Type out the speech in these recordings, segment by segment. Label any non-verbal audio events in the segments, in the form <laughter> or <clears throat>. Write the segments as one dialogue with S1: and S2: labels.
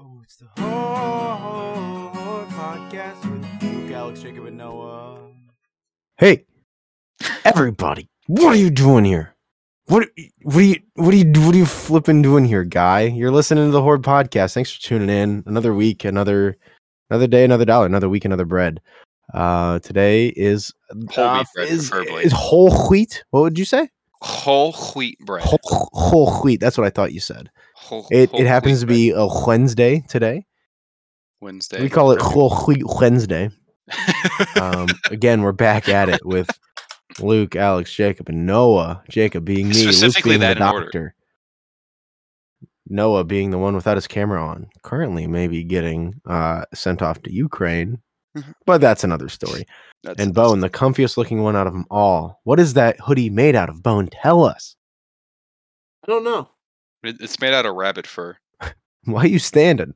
S1: Oh, It's the Horror Podcast with Luke, Alex, Jacob, and Noah.
S2: Hey, everybody, what are you doing here? What what are you what are you what are you flipping doing here, guy? You're listening to the Horde Podcast. Thanks for tuning in. Another week, another another day, another dollar, another week, another bread. Uh, today is
S3: Whole
S2: uh,
S3: wheat bread,
S2: is,
S3: preferably.
S2: is whole wheat. What would you say?
S3: Whole wheat bread.
S2: Whole, whole wheat. That's what I thought you said.
S3: Whole-
S2: It
S3: whole
S2: it happens
S3: wheat
S2: to
S3: bread.
S2: be a Wednesday today.
S3: Wednesday.
S2: We call it
S3: Perfect.
S2: whole wheat Wednesday.
S3: <laughs>
S2: Um, again, we're back at it with Luke, Alex, Jacob, and Noah. Jacob being me,
S3: Specifically
S2: Luke being
S3: that
S2: the
S3: in order.
S2: doctor. Noah being the one without his camera on, currently maybe getting uh, sent off to Ukraine,
S1: Mm-hmm.
S3: Mhm.
S2: but that's another story.
S3: <laughs> That's-
S2: And Bone, the comfiest looking one out of them all. What is that hoodie made out of? Bone, tell us.
S1: I don't know.
S3: <laughs> It- It's made out of rabbit fur.
S2: Why you standing?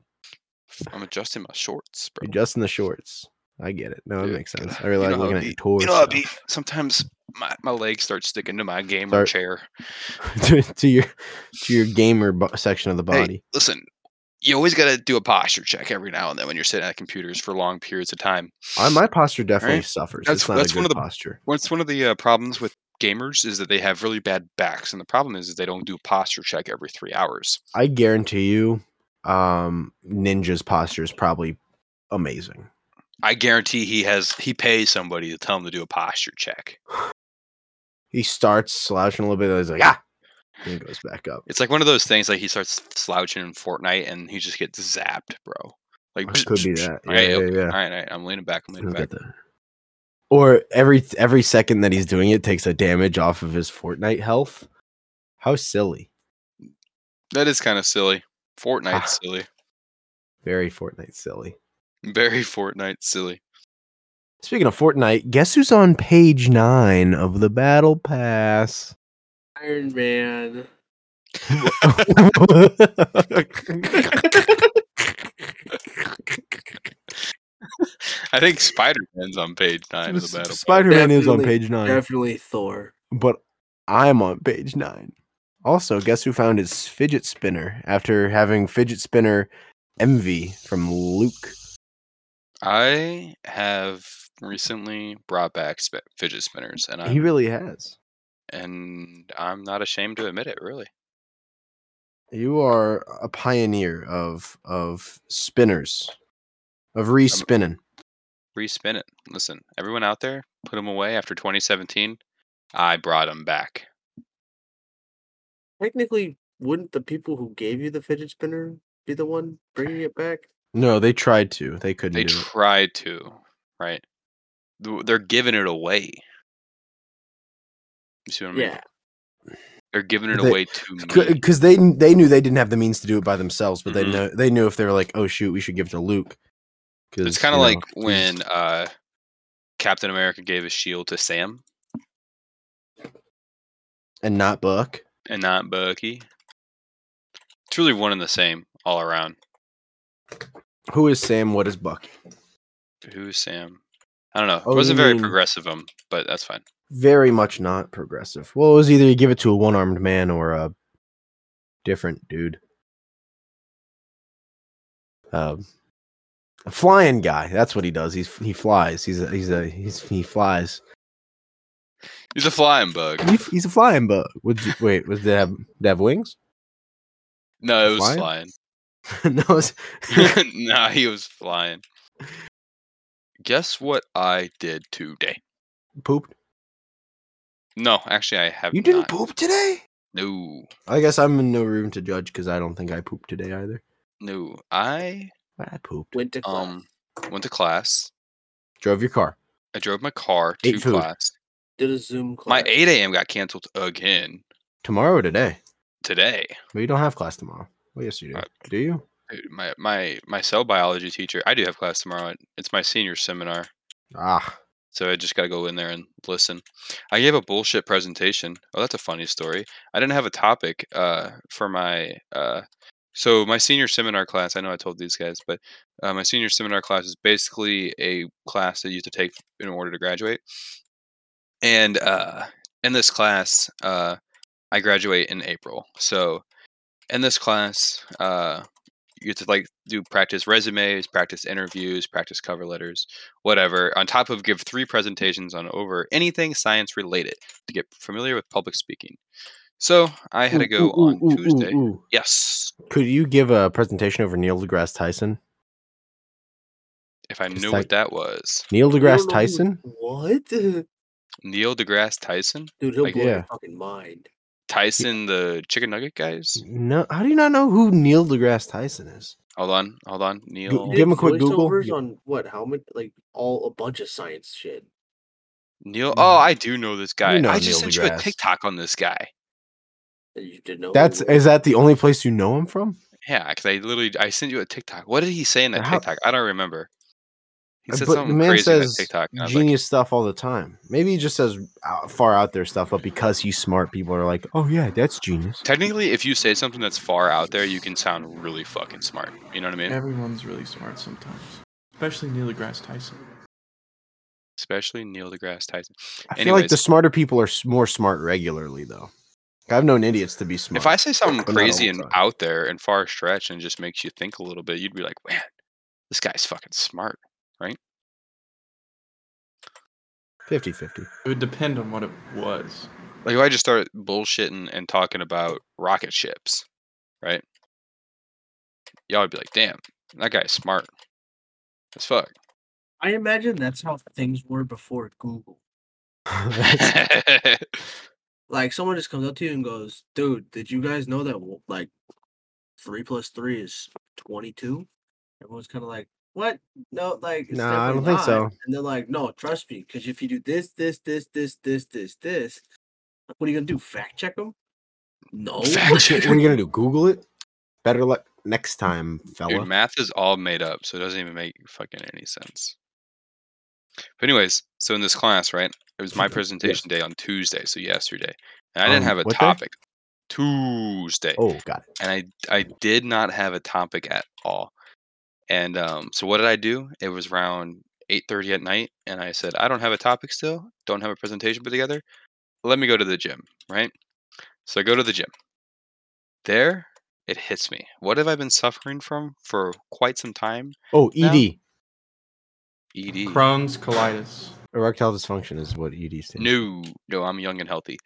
S3: I'm adjusting my shorts, bro.
S2: You're just in the shorts. I get it. No,
S3: Dude,
S2: it makes
S3: you
S2: sense.
S3: know-
S2: I realize
S3: you know how
S2: looking at
S3: it
S2: your
S3: be. You know, how
S2: torso
S3: it be. sometimes my, my legs start sticking to my gamer
S2: Start-
S3: chair.
S2: <laughs> to, to your to your gamer bo- section of the
S3: Hey.
S2: body.
S3: Listen, you always got to do a posture check every now and then when you're sitting at computers for long periods of time.
S2: I, my posture definitely
S3: Right?
S2: suffers.
S3: That's-
S2: it's not
S3: that's
S2: a
S3: one
S2: good
S3: of the-
S2: posture.
S3: What's one of the uh, problems with gamers is that they have really bad backs, and the problem is, is they don't do posture check every three hours.
S2: I guarantee you, um, Ninja's posture is probably amazing.
S3: I guarantee he has he pays somebody to tell him to do a posture check.
S2: He starts slouching a little bit, and he's like, ah, and he goes back up.
S3: It's like one of those things like he starts slouching in Fortnite and he just gets zapped, bro. Like
S2: It could
S3: <laughs>
S2: be that.
S3: All right,
S2: Yeah, yeah,
S3: okay,
S2: yeah.
S3: all right, all right, I'm leaning back. I'm leaning
S2: He's
S3: back.
S2: got the- Or every every second that he's doing it takes a damage off of his Fortnite health. How silly!
S3: That is kind of silly. Fortnite
S2: Ah.
S3: silly.
S2: Very Fortnite silly.
S3: Very Fortnite silly. <laughs>
S2: Speaking of Fortnite, guess who's on page nine of the battle pass?
S1: Iron Man.
S3: I think Spider Man's on page nine of the battle.
S2: Spider Man is on
S1: Definitely-
S2: page nine,
S1: Definitely Thor.
S2: but I'm on page nine. Also, guess who found his fidget spinner after having fidget spinner envy from Luke?
S3: I have recently brought back sp- fidget spinners, and I'm
S2: He really has.
S3: and I'm not ashamed to admit it. Really,
S2: You are a pioneer of of spinners, of respinning.
S3: respin it. Listen, everyone out there, put them away after 2017. I brought them back.
S1: Technically, wouldn't the people who gave you the fidget spinner be the one bringing it back?
S2: No, they tried to. They couldn't.
S3: They
S2: do it.
S3: tried to, right? Th- They're giving it away. You see what I mean?
S1: Yeah.
S3: They're giving it
S2: They-
S3: away to me.
S2: because they kn- they knew they didn't have the means to do it by themselves, but they
S3: Mhm.
S2: know they knew if they were like, oh shoot, we should give it to Luke.
S3: It's kind of like when uh, Captain America gave his shield to Sam
S2: and not Buck.
S3: and not Bucky. It's really one and the same all around.
S2: Who is Sam? What is Buck?
S3: Who's Sam? I don't know.
S2: Oh,
S3: it wasn't
S2: you
S3: very
S2: mean-
S3: progressive of him, but that's fine.
S2: Very much not progressive. Well, it was either you give it to a one armed man or a different dude. Um, a flying guy. That's what he does. He's he flies. He's a, he's a he's he flies.
S3: He's a flying bug.
S2: He, he's a flying bug. Would you, wait, was they have, they have wings?
S3: No, it was
S2: Flying? <laughs>
S3: flying.
S2: no, it's-
S1: <laughs>
S3: <laughs> nah, he was flying. Guess what I did today?
S2: pooped.
S3: No, actually, I have
S2: You didn't
S3: not.
S2: poop today.
S3: No,
S2: I guess I'm in no room to judge because I don't think I pooped today either.
S3: no. I
S2: But I pooped.
S1: Went to class.
S3: um went to class.
S2: Drove your car.
S3: I drove my car
S2: Ate
S3: to
S2: food.
S3: class.
S1: did a Zoom
S3: My
S1: class.
S3: 8 a.m. got canceled again
S2: Tomorrow or today?
S3: today.
S2: Well, you don't have class tomorrow. Well, yes, you do.
S3: Right.
S2: Do you?
S3: Dude, my my my cell biology teacher. I do have class tomorrow. It- It's my senior seminar,
S2: Ah,
S3: so I just got to go in there and listen. I gave a bullshit presentation. Oh, that's a funny story. I didn't have a topic uh for my uh so my senior seminar class. I know I told these guys, but uh, my senior seminar class is basically a class that you have to take in order to graduate. And uh in this class, uh I graduate in April. So in this class, uh you have to like do practice resumes, practice interviews, practice cover letters, whatever. On top of give three presentations on over anything science related to get familiar with public speaking. So I had to go on Tuesday. Yes,
S2: Could you give a presentation over Neil deGrasse Tyson?
S3: if I
S2: Just
S3: knew
S2: like-
S3: what that was,
S2: Neil deGrasse
S4: Don't know
S2: Tyson?
S4: What? <laughs> Dude,
S3: Neil deGrasse Tyson,
S4: he'll
S3: Like,
S4: blow
S2: yeah.
S4: your fucking mind.
S3: Tyson the chicken nugget guys.
S2: No, how do you not know who Neil deGrasse Tyson is?
S3: Hold on, hold on, Neil.
S2: Give him a quick Google.
S4: Voiceovers
S2: Yeah.
S4: on what? How many? Like all a bunch of science shit.
S3: Neil. Oh, I do know this guy.
S2: Mm-hmm. know
S3: I just
S2: Neil
S3: sent you a
S2: deGrasse.
S3: TikTok on this guy.
S4: that you didn't know.
S2: That's
S4: were-
S2: is that the only place you know him from?
S3: Yeah, because I literally I sent you a TikTok. What did he say in that
S2: How-
S3: TikTok? I don't remember. He
S2: Uh,
S3: said
S2: but the
S3: something
S2: man
S3: crazy in that
S2: says
S3: TikTok. and I was like,
S2: Genius stuff all the time. Maybe he just says out, far out there stuff, but because he's smart, people are like, "Oh yeah, that's genius."
S3: Technically, if you say something that's far out there, you can sound really fucking smart. You know what I mean?
S5: Everyone's really smart sometimes, especially Neil deGrasse Tyson.
S3: Especially Neil deGrasse Tyson.
S2: I feel like
S3: Anyways.
S2: the smarter people are s- more smart regularly, though. I've known idiots to be smart.
S3: If I say something
S2: But not
S3: crazy
S2: all
S3: and
S2: the time.
S3: out there and far stretch and just makes you think a little bit, you'd be like, man, this guy's fucking smart. <laughs>
S2: <laughs> 50-50.
S5: It would depend on what it was.
S3: Like if I just start bullshitting and talking about rocket ships, right? Y'all would be like, damn, that guy's smart as fuck.
S2: <laughs>
S4: I imagine that's how things were before Google.
S3: <laughs>
S4: Like someone just comes up to you and goes, "Dude, did you guys know that w- like three plus three is twenty-two? Everyone's kind of like, "What? No, like, it's
S2: Nah, I don't
S4: definitely
S2: think so.
S4: not." And they're like, "No, trust me, because if you do this, this, this, this, this, this, this, like, what are you gonna do? Fact check them? No,
S3: Fact check
S4: <laughs>
S2: what are you gonna do? Google it. Better luck next time, fella.
S3: Dude, math is all made up, so it doesn't even make fucking any sense. But anyways, so in this class, right?
S2: <laughs>
S3: It was my presentation day on Tuesday, so yesterday. And I didn't
S2: Um,
S3: have a
S2: what day?
S3: topic. Tuesday.
S2: oh, got it.
S3: And I I did not have a topic at all. And um, so what did I do? It was around 8:30 at night, and I said, I don't have a topic still, don't have a presentation put together. Let me go to the gym, right? So I go to the gym. There, it hits me. What have I been suffering from for quite some time? E
S2: Oh,
S3: No.
S2: ED.
S3: ED.
S5: Crohn's colitis.
S2: Erectile dysfunction is what ED stands. for.
S3: No, no, I'm young and healthy.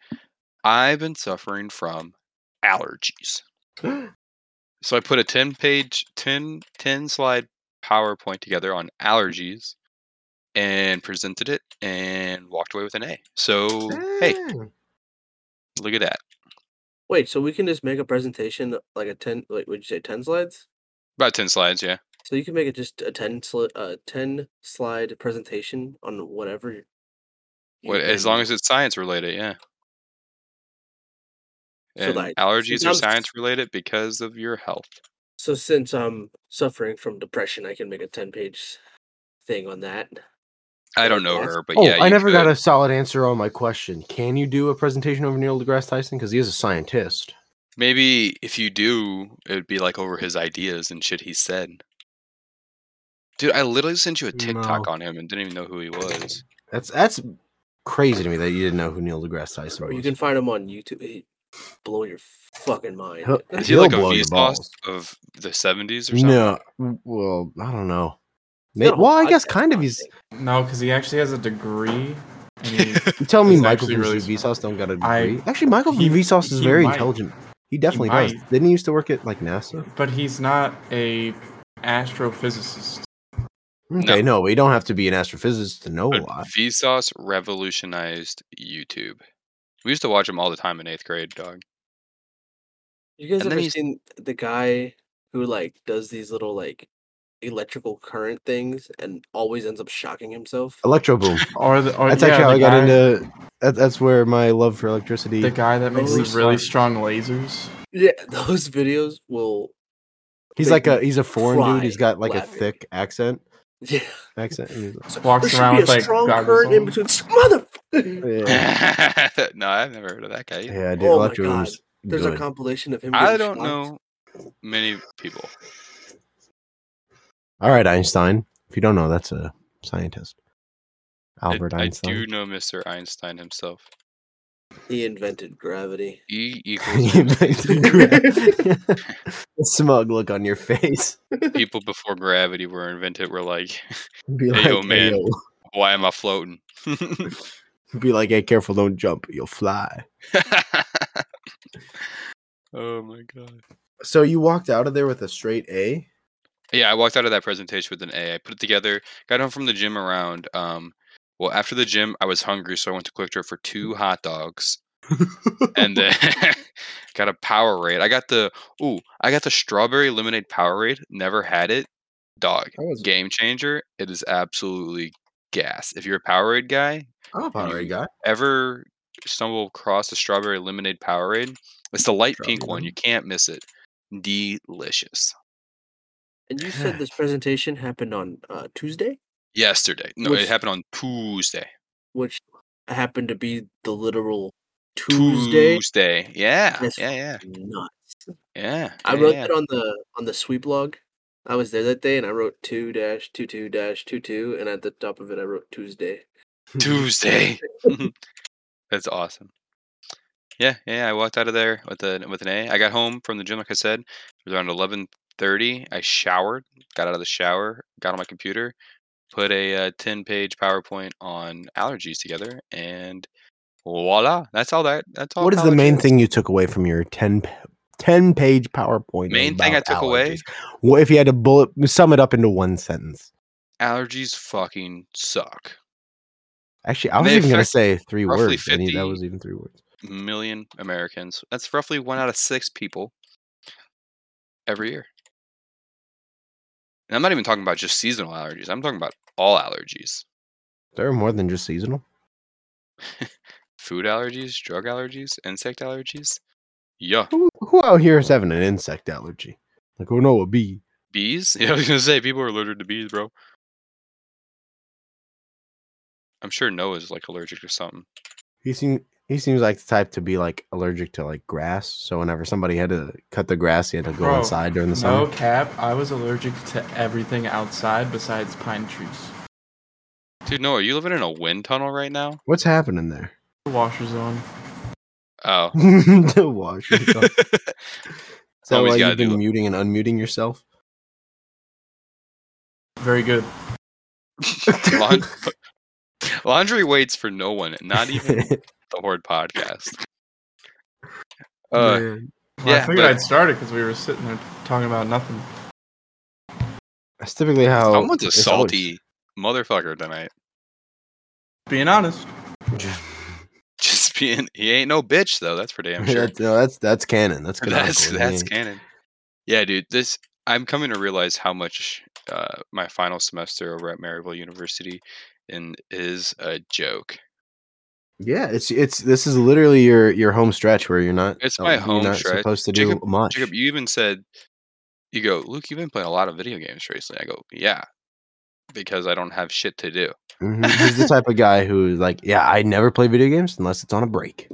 S3: I've been suffering from
S2: <gasps>
S3: allergies. so I put a 10 page, 10, 10 slide PowerPoint together on allergies and presented it and walked away with an A. So, hey, look at that.
S4: Wait, so we can just make a presentation uh, like a ten? Like, would you say ten slides?
S3: About 10 slides, yeah.
S4: So you can make it just a ten sli- uh, ten slide presentation on whatever. you-
S3: What,
S4: you've
S3: as long
S4: been-
S3: as it's science related, yeah.
S4: So,
S3: And
S4: like,
S3: allergies are
S4: sometimes-
S3: science related because of your health.
S4: So since I'm suffering from depression, I can make a ten page thing on that.
S3: I
S4: Yeah,
S3: don't know
S4: that's-
S3: her, but
S2: oh,
S3: yeah.
S2: I
S3: you
S2: never
S3: could.
S2: got a solid answer on my question. Can you do a presentation over Neil deGrasse Tyson? Because he is a scientist.
S3: Maybe if you do, it would be like over his ideas and shit he said. Dude, I literally sent you a TikTok
S2: No.
S3: on him and didn't even know who he was.
S2: That's that's crazy to me that you didn't know who Neil deGrasse Tyson
S4: Bro,
S2: was.
S4: you can find them on YouTube. He blow your fucking mind.
S2: He'll-
S3: Is he
S2: he'll
S3: like a
S2: blow your
S3: Vsauce
S2: balls.
S3: of the seventies or something? <laughs>
S2: No, w- well, I don't know. May
S4: Got a whole
S2: well, I guess
S4: podcast
S2: kind of.
S4: on
S2: He's
S4: it.
S5: No, because he actually has a degree.
S3: <laughs>
S5: And he,
S2: you tell me
S5: He's
S2: Michael
S5: actually
S2: from
S5: really
S2: Vsauce don't got a
S5: I-
S2: degree. actually, Michael from
S5: he-
S2: Vsauce is
S5: he
S2: very
S5: might.
S2: intelligent. He definitely does.
S5: might.
S2: Didn't he used to work at like NASA?
S5: but he's not a astrophysicist.
S2: Okay, no, we don't have to be an astrophysicist to know a
S3: But
S2: lot.
S3: Vsauce revolutionized YouTube. We used to watch him all the time in eighth grade, dog. <laughs>
S4: You guys
S3: And then
S4: ever
S3: he's-
S4: seen the guy who like does these little like electrical current things and always ends up shocking himself?
S2: Electro boom.
S5: Or the or
S2: That's
S5: Oh, yeah,
S2: actually how
S5: the
S2: I got
S5: guy,
S2: into. That, that's where my love for electricity.
S5: the guy that
S2: Oh,
S5: makes
S4: Holy
S5: the really
S4: smart.
S5: strong lasers.
S4: Yeah, <laughs> those videos will. <laughs>
S2: He's
S4: they
S2: like a he's a foreign dude. He's
S4: cry
S2: got like a
S4: laughing.
S2: thick accent.
S4: Yeah.
S2: Accent. and he's like,
S4: So,
S5: Walks
S4: there should
S5: around
S4: be
S5: with,
S4: a
S5: like,
S4: strong
S5: goggles
S4: current in
S5: on.
S4: between. <laughs>
S2: <laughs>
S4: Motherfucker.
S2: Yeah,
S3: no, I've never heard of that guy. either.
S2: yeah, dude.
S4: Oh my
S2: electro
S4: God.
S2: Boom's
S4: There's a
S2: good.
S4: compilation of him.
S3: I
S4: getting
S3: don't
S4: shocked.
S3: know many people.
S2: All right, Einstein. If you don't know, that's a scientist.
S3: I-
S2: Albert <laughs>
S3: I,
S2: Einstein.
S3: do know Mr. Einstein himself.
S4: He invented gravity.
S2: <laughs>
S3: E equals <laughs>
S2: The <laughs> smug look on your face. <laughs>
S3: people before gravity were invented were like, <laughs>
S2: Be
S3: Hey, yo, man.
S2: "Hey,
S3: why am I floating? <laughs>
S2: yo." <laughs> Be like, hey, careful, don't jump. You'll fly.
S3: oh my god.
S2: So you walked out of there with a straight A?
S3: <laughs>
S2: <laughs>
S3: Yeah, I walked out of that presentation with an A. I put it together, got home from the gym around um well after the gym I was hungry, so I went to Quick Trip for two hot dogs. and then <laughs> got a Powerade. I got the ooh, I got the strawberry lemonade Powerade. Never had it. Dog.
S2: I was
S3: Game changer. It is absolutely gas. If you're a Powerade guy,
S2: I'm a Powerade guy.
S3: ever stumble across a strawberry lemonade Powerade, it's the light pink
S2: Strawberry
S3: one. You can't miss it. Delicious.
S4: And you said
S2: <sighs>
S4: this presentation happened on uh, Tuesday,
S3: Yesterday. No,
S4: Which-
S3: it happened on Tuesday.
S4: which happened to be the literal Tuesday.
S3: Tuesday. Yeah.
S4: That's
S3: Yeah. Yeah.
S4: Nuts.
S3: Yeah.
S4: I
S3: yeah,
S4: wrote
S3: yeah.
S4: that on the on the sweep log. I was there that day, and I wrote two dash two two dash two two, and at the top of it, I wrote Tuesday.
S3: Tuesday.
S2: Mm-hmm.
S3: <laughs> That's awesome. Yeah, yeah. I walked out of there with a with an A. I got home from the gym, like I said, it was around eleven thirty. I showered, got out of the shower, got on my computer, put a uh, ten page PowerPoint on allergies together, and voila. That's all that. That's
S2: <laughs>
S3: all.
S2: What is the
S3: college
S2: main
S3: is.
S2: thing you took away from your 10, p- 10 page PowerPoint?
S3: Main thing I
S2: about
S3: took away?
S2: allergies? What if you had to bullet sum it up into one sentence?
S3: Allergies fucking suck.
S2: Actually, I
S3: They
S2: was even going to
S3: affect
S2: say three
S3: roughly
S2: words. I mean, that
S3: 50
S2: was even three words.
S3: Million Americans. That's roughly one out of six people every year. And I'm not even talking about just seasonal allergies. I'm talking about all allergies.
S2: There are more than just seasonal.
S3: food allergies, drug allergies, insect allergies. Yuck.
S2: Who, who out here is having an insect allergy? Like, oh no, a bee.
S3: Bees? <laughs> Yeah, I was gonna say people are allergic to bees, bro. I'm sure Noah's like allergic to something.
S2: He seems he seems like the type to be like allergic to like grass. So whenever somebody had to cut the grass, he had to go
S5: Bro,
S2: inside during the summer.
S5: No cap, I was allergic to everything outside besides pine trees.
S3: Dude, Noah, you living in a wind tunnel right now?
S2: What's happening there? <laughs>
S5: The washer's on.
S3: Oh.
S2: the
S3: <laughs>
S2: wash. Is that
S3: Always
S2: why
S3: gotta
S2: you've been
S3: do it.
S2: muting and unmuting yourself?
S5: Very good.
S3: Laun- <laughs> Laundry waits for no one,
S2: <laughs>
S3: not even the Horde podcast. Uh,
S2: Man.
S5: Well,
S3: Yeah,
S5: I figured
S3: but-
S5: I'd start it because we were sitting there talking about nothing.
S2: That's typically how
S3: someone's a
S2: it's always- <laughs>
S3: salty motherfucker tonight. <laughs>
S5: Being honest.
S3: Just being, he ain't no bitch though. That's for damn
S2: <laughs>
S3: sure.
S2: that's, no, that's that's canon. That's good.
S3: that's
S2: uncle.
S3: that's
S2: Yeah.
S3: canon. Yeah, dude. This I'm coming to realize how much uh, my final semester over at Maryville University in is a joke.
S2: Yeah, it's it's this is literally your your home stretch where you're not.
S3: It's
S2: uh,
S3: my
S2: you're
S3: home
S2: not
S3: stretch.
S2: Supposed to do much.
S3: Jacob, you even said, "You go, Luke. You've been playing a lot of video games recently." I go, "Yeah." Because I don't have shit to do.
S2: Mhm. He's the type of guy who is like, yeah, I never play video games unless it's on a break.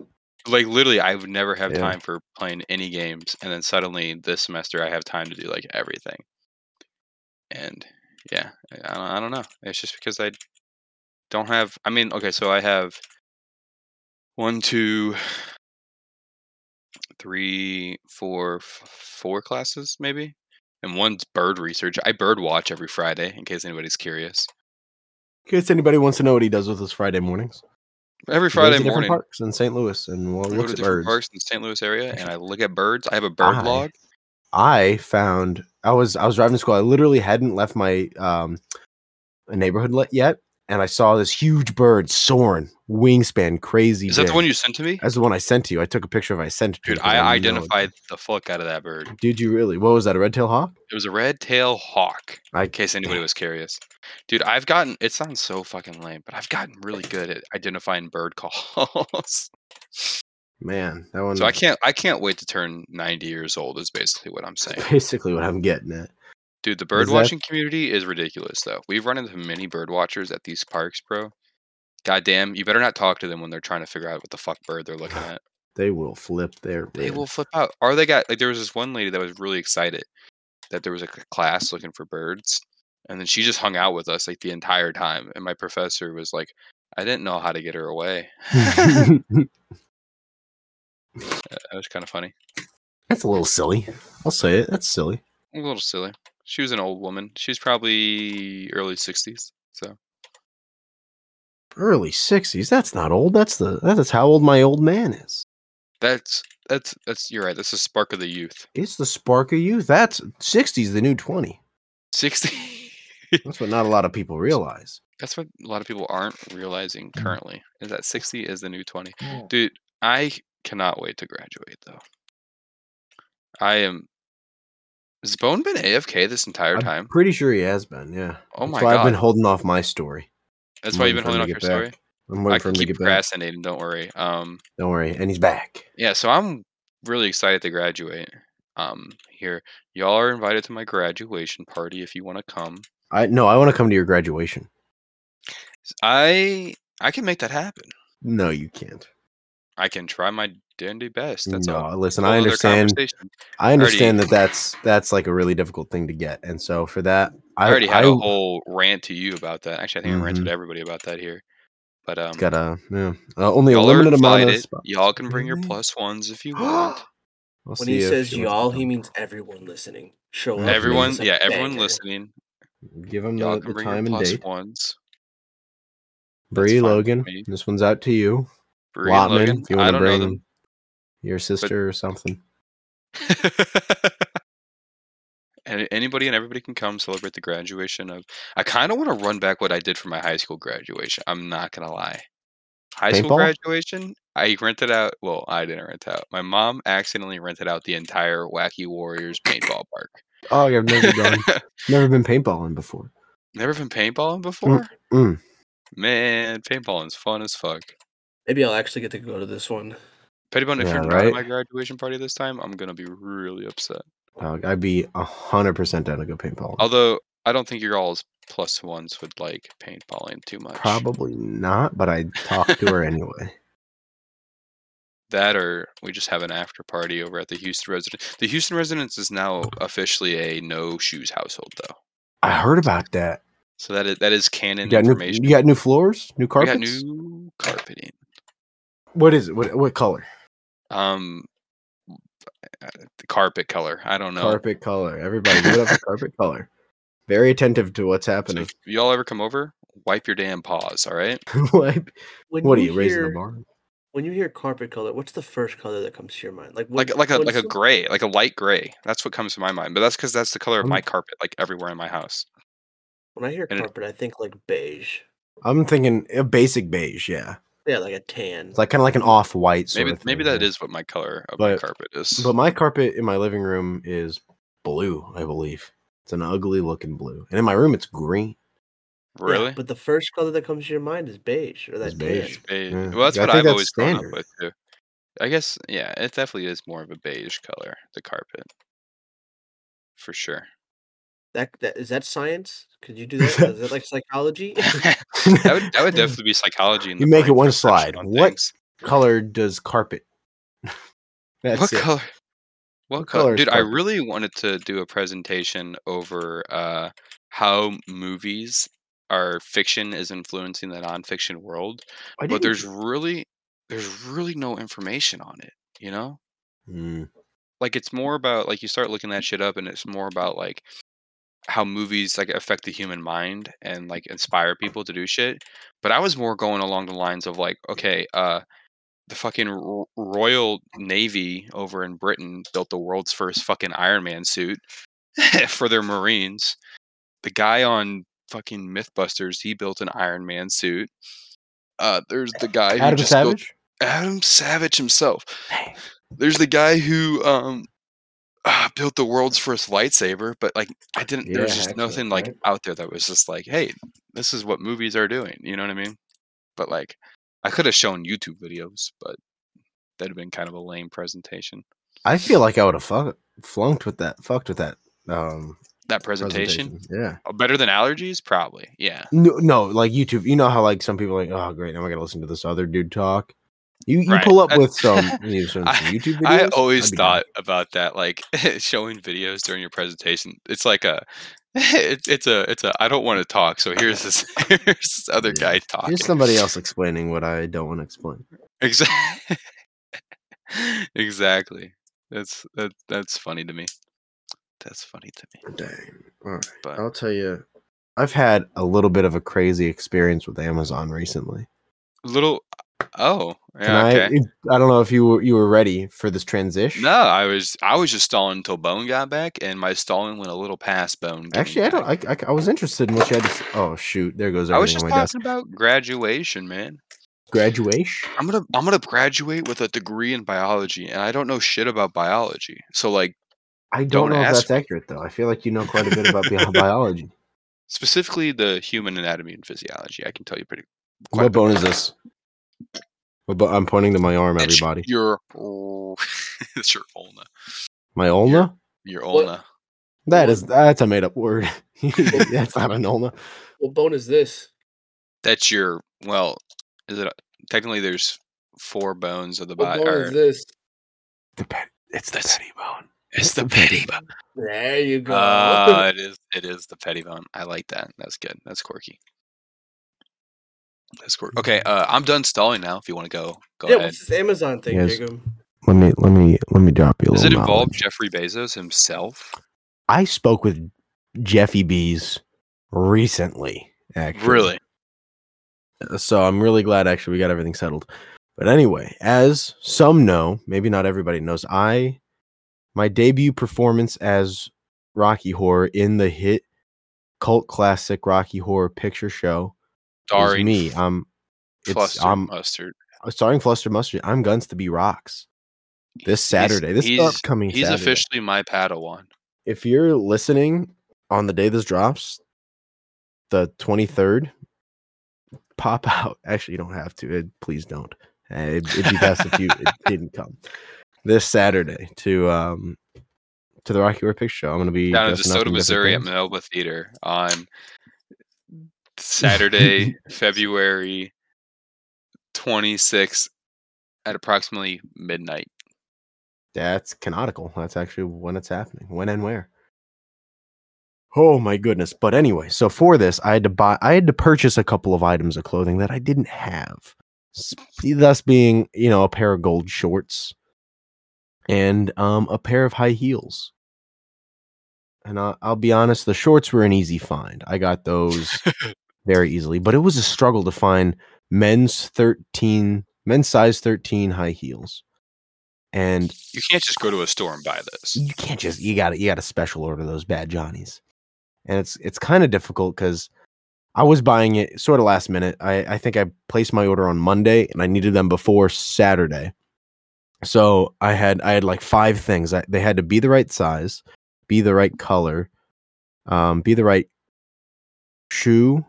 S3: Like literally, I would never have
S2: Yeah.
S3: time for playing any games, and then suddenly this semester I have time to do like everything. And yeah, I- I don't, I don't know. It's just because I don't have. I mean, okay, so I have one, two, three, four, f- four classes maybe, and one's bird research. I bird watch every Friday in case anybody's curious.
S2: In case anybody wants to know what he does with his Friday mornings,
S3: Every
S2: He goes to
S3: Friday
S2: different
S3: morning,
S2: parks in St. Louis, and well,
S3: I go
S2: looks at
S3: to different
S2: birds.
S3: parks in the St. Louis area, and I look at birds. I have a bird
S2: I-
S3: log.
S2: I found I was I was driving to school. I literally hadn't left my um neighborhood le- yet, and I saw this huge bird soaring, wingspan crazy.
S3: Is that the
S2: big.
S3: one you sent to me?
S2: That's the one I sent to you. I took a picture of. it, I sent it to you
S3: Dude,
S2: 'cause
S3: I
S2: didn't know it.
S3: identified the fuck out of that bird.
S2: Did you really? What was that? A red tail hawk?
S3: It was a red tail hawk.
S2: I
S3: In
S2: <laughs>
S3: case anybody was curious, dude, I've gotten. It sounds so fucking lame, but I've gotten really good at identifying bird <laughs> calls.
S2: man, that one.
S3: so I can't. I can't wait to turn ninety years old. Is basically what
S2: <laughs>
S3: I'm saying,
S2: That's basically what I'm getting at.
S3: dude. The
S2: that-
S3: bird watching community is ridiculous, though. We've run into many bird watchers at these parks, bro. Goddamn, you better not talk to them when they're trying to figure out what the fuck bird they're looking at.
S2: They will flip their.
S3: they
S2: lid.
S3: will flip out. Or they got like there was this one lady that was really excited that there was like, a class looking for birds, and then she just hung out with us like the
S2: <laughs>
S3: entire <laughs> time. And my professor was like, "I didn't know how to get her away." That was kind of funny.
S2: That's a little silly. I'll say it. That's silly.
S3: A little silly. She was an old woman. She was probably early 60s. So
S2: Early sixties. That's not old. That's the that's how old my old man is.
S3: that's that's that's you're right. That's the spark of the youth.
S2: It's the spark of youth. That's sixties. The new twenty.
S3: 60.
S2: That's what not a lot of people realize.
S3: <laughs> that's what a lot of people aren't realizing currently is that 60 is the new 20. Dude, I cannot wait to graduate though. I am Has Bone been AFK this entire
S2: I'm
S3: time?
S2: Pretty sure he has been. Yeah.
S3: Oh
S2: That's
S3: my
S2: why I've been
S3: god.
S2: holding off my story.
S3: That's why you've been
S2: waiting for him
S3: holding off
S2: to
S3: your
S2: get
S3: story.
S2: back. I'm
S3: I
S2: waiting for him
S3: can
S2: to
S3: keep
S2: get back.
S3: procrastinating, don't worry. Um
S2: Don't worry, and he's back.
S3: yeah, so I'm really excited to graduate. Um here. Y'all are invited to my graduation party if you want to come.
S2: I no, I want to come to your graduation.
S3: I I can make that happen.
S2: No, you can't.
S3: I can try my dandy best. That's
S2: no,
S3: all.
S2: listen,
S3: Whole
S2: I
S3: other
S2: understand.
S3: conversation.
S2: I
S3: already-
S2: understand
S3: <laughs>
S2: that that's that's like a really difficult thing to get, and so for that, I,
S3: I already had
S2: I
S3: a whole rant to you about that. Actually, I think I ranted
S2: Mhm.
S3: everybody about that here. But um,
S2: gotta yeah, uh, only a
S3: y'all are
S2: limited amount of
S3: invited.
S2: spots.
S3: Y'all can bring your
S4: Mm-hmm.
S2: Really?
S3: plus ones if
S4: <gasps>
S3: you <gasps> want.
S2: I'll
S4: When
S2: see
S4: he
S2: if
S4: says
S2: she wants to
S4: y'all, he
S2: come.
S4: means everyone listening. Show up.
S2: Well,
S3: everyone,
S4: It's a
S3: yeah, everyone
S4: banger.
S3: listening.
S2: give him
S3: Y'all
S2: the,
S3: can
S2: the
S3: bring your
S2: time and
S3: plus
S2: date.
S3: ones.
S2: Bree
S3: fine with
S2: Logan,
S3: me.
S2: this one's out to you.
S3: Bree and
S2: Lotman,
S3: Logan.
S2: if you
S3: I
S2: want to
S3: don't know
S2: bring
S3: them.
S2: your sister or something.
S3: <laughs> And anybody and everybody can come celebrate the graduation of. I kind of want to run back what I did for my high school graduation. I'm not gonna lie. High school
S2: Paintball?
S3: graduation, I rented out. Well, I didn't rent out. My mom accidentally rented out the entire Wacky Warriors paintball park.
S2: Oh, I've
S3: <laughs>
S2: never done, never been paintballing before.
S3: Never been paintballing before?
S2: mm.
S3: Man, paintballing's fun as fuck.
S4: Maybe I'll actually get to go to this one.
S3: Pettibone, if
S2: Yeah,
S3: you're not at
S2: right?
S3: my graduation party this time, I'm gonna be really upset.
S2: Dog, I'd be hundred percent down to go paintballing.
S3: Although I don't think your all's plus ones would like paintballing too much.
S2: Probably not, but I talked to
S3: <laughs>
S2: her anyway.
S3: That or we just have an after party over at the Houston residence. The Houston residence is now officially a no shoes household though.
S2: I heard about that.
S3: So that is that is canon
S2: You got, new,
S3: information.
S2: you got new floors, new
S3: We
S2: carpets.
S3: got new carpeting.
S2: what is it? What, what color?
S3: Um uh, the carpet color. I don't know.
S2: Carpet color. Everybody, give it
S3: <laughs>
S2: up for carpet color. Very attentive to what's
S3: So
S2: happening. <laughs>
S3: if y'all ever come over, wipe your damn paws, all right?
S2: Like,
S4: When
S2: what are you raising the
S4: hear-
S2: bar?
S4: When you hear carpet color, what's the first color that comes to your mind? Like
S3: like
S4: what,
S3: like a
S4: what
S3: like a
S4: some-
S3: gray, like a light gray. That's what comes to my mind. But that's because that's the color of
S2: I'm-
S3: my carpet, like everywhere in my house.
S4: When I hear
S3: and it-
S4: carpet, I think like beige.
S2: I'm thinking a basic beige. Yeah,
S4: Yeah, like a tan.
S2: it's like kind of like an off white.
S3: Maybe
S2: of thing,
S3: maybe that is
S2: yeah.
S3: what my color of my
S2: But-
S3: carpet is.
S2: But my carpet in my living room is blue. I believe it's an ugly looking blue, and in my room it's green.
S4: Yeah,
S3: really?
S4: but the first color that comes to your mind is beige or
S2: It's
S4: that
S2: beige.
S4: beige.
S3: Beige.
S2: yeah.
S3: Well, that's
S2: I
S3: what
S2: think
S3: I've
S2: that's
S3: always grown up
S2: standard.
S3: with too. I guess yeah, it definitely is more of a beige color, the carpet,
S2: <laughs>
S3: for sure. <laughs>
S4: That that is that science? Could you do that? is
S2: <laughs>
S4: that like
S3: <laughs>
S4: psychology?
S3: that would that would definitely be psychology. In
S2: You
S3: the
S2: make it
S3: brain
S2: one
S3: perception
S2: slide.
S3: on
S2: What
S3: things.
S2: color does carpet? <laughs> That's
S3: what
S2: it.
S3: color? What,
S2: What
S3: color?
S2: color is
S3: Dude, I
S2: carpet?
S3: really wanted to do a presentation over uh, how movies are fiction is influencing the nonfiction world,
S2: I
S3: but
S2: didn't-
S3: there's really there's really no information on it. You know,
S2: Mm,
S3: like it's more about like you start looking that shit up, and it's more about like how movies like affect the human mind and like inspire people to do shit. But I was more going along the lines of like, okay, uh, the fucking ro- Royal Navy over in Britain built the world's first fucking Iron Man suit <laughs> for their Marines. The guy on fucking MythBusters, he built an Iron Man suit. Uh, there's the guy who
S2: Adam
S3: just built
S2: Savage.
S3: Adam Savage himself.
S2: Dang.
S3: There's the guy who um ah, built the world's first lightsaber, but like I didn't. there was
S2: Yeah,
S3: just
S2: hacksaw,
S3: nothing like
S2: right?
S3: out there that was just like, hey, this is what movies are doing. You know what I mean? But like, I could have shown YouTube videos, but that'd have been kind of a lame presentation.
S2: I feel like I would have fuck, flunked with that. Fucked with that. Um,
S3: That presentation,
S2: presentation. Yeah.
S3: Uh, better than allergies, probably. Yeah.
S2: No, no, like YouTube. You know how like some people are like, oh great, now I gotta listen to this other dude talk. You you
S3: Right.
S2: pull up
S3: I-
S2: with
S3: <laughs>
S2: some, you know, some
S3: I-
S2: YouTube videos.
S3: I always
S2: I'd be down.
S3: thought about that, like <laughs> showing videos during your presentation. It's like a, <laughs> it's, it's a, it's a. I don't want to talk, so here's this, <laughs> here's this other
S2: Yeah.
S3: <laughs> guy talking.
S2: Here's somebody else explaining what I don't want to explain.
S3: Exactly. <laughs> exactly. That's that. That's funny to me. That's funny to me.
S2: Dang. All right.
S3: But
S2: I'll tell you. I've had a little bit of a crazy experience with Amazon recently.
S3: little. Oh,
S2: And
S3: yeah. Okay.
S2: I, I don't know if you were you were ready for this transition.
S3: No, I was I was just stalling until Bone got back, and my stalling went a little past Bone. getting
S2: Actually, I don't.
S3: back.
S2: I, I, I was interested in what you had to. s- Oh shoot! There goes
S3: I, was
S2: everything
S3: just
S2: on
S3: talking
S2: my desk.
S3: about graduation, man.
S2: Graduation.
S3: I'm gonna I'm gonna graduate with a degree in biology, and I don't know shit about biology. So like
S2: I don't,
S3: Don't
S2: know if
S3: ask
S2: that's accurate though. I feel like you know quite a bit about
S3: <laughs>
S2: bi- biology.
S3: specifically the human anatomy and physiology, I can tell you pretty.
S2: what
S3: quite a bit
S2: bone
S3: about
S2: is this? What bo- I'm pointing to my arm,
S3: It's
S2: everybody.
S3: Your <laughs> it's your ulna.
S2: My ulna.
S3: Your
S4: What-
S3: ulna.
S2: That is that's a made up word. <laughs> that's not an ulna.
S4: What bone is this?
S3: That's your well. Is it technically there's four bones of the
S4: What
S3: body?
S4: bone
S3: or-
S4: is this?
S2: The pet. It's the
S3: That's-
S2: petty bone.
S3: it's the petty
S4: <laughs>
S3: bone.
S4: There you go. <laughs>
S3: Uh, it is. It is the pettibone. I like that. That's good. That's quirky. That's quirky. Okay, uh, I'm done stalling now. If you want to go, go
S4: Mm. yeah,
S3: ahead.
S4: what's this Amazon thing,
S2: Yes.
S4: Jacob?
S2: Let me let me let me drop you a
S3: Does
S2: little.
S3: it involve
S2: knowledge.
S3: Jeffrey Bezos himself?
S2: I spoke with Jeffy Bees recently. Actually,
S3: Really?
S2: so I'm really glad actually we got everything settled. But anyway, as some know, maybe not everybody knows, I my debut performance as Rocky Horror in the hit cult classic Rocky Horror Picture Show
S3: Sorry.
S2: is me. I'm it's um,
S3: Flustered
S2: I'm
S3: mustard.
S2: starring Fluster Mustard. I'm Guns to Be Rocks this
S3: He's-
S2: Saturday. this
S3: he's,
S2: upcoming
S3: He's
S2: Saturday.
S3: officially my Padawan.
S2: If you're listening on the day this drops, the 23rd, pop out. <laughs> Actually, you don't have to. It, please don't. Uh, It, would be best if you
S3: <laughs>
S2: it didn't come this Saturday to um to the Rocky Horror Picture Show. I'm gonna be
S3: Down in
S2: dressing up
S3: DeSoto,
S2: in different
S3: Missouri, at
S2: things.
S3: Manova Theater
S2: <laughs>
S3: on Saturday, February twenty sixth, at approximately midnight.
S2: That's canonical. That's actually when it's happening. When and where. Oh my goodness. But anyway, so for this, I had to buy I had to purchase a couple of items of clothing that I didn't have. S- Thus being, you know, a pair of gold shorts and um a pair of high heels. And I, I'll be honest, the shorts were an easy find. I got those very easily, but it was a struggle to find men's 13 men's size 13 high heels. And
S3: You can't just go to a store and buy this.
S2: you can't just you got to you got to special order those bad johnnies, and it's it's kind of difficult because I was buying it sort of last minute. I I think I placed my order on Monday and I needed them before Saturday, so I had I had like five things. I, they had to be the right size, be the right color, um, be the right shoe,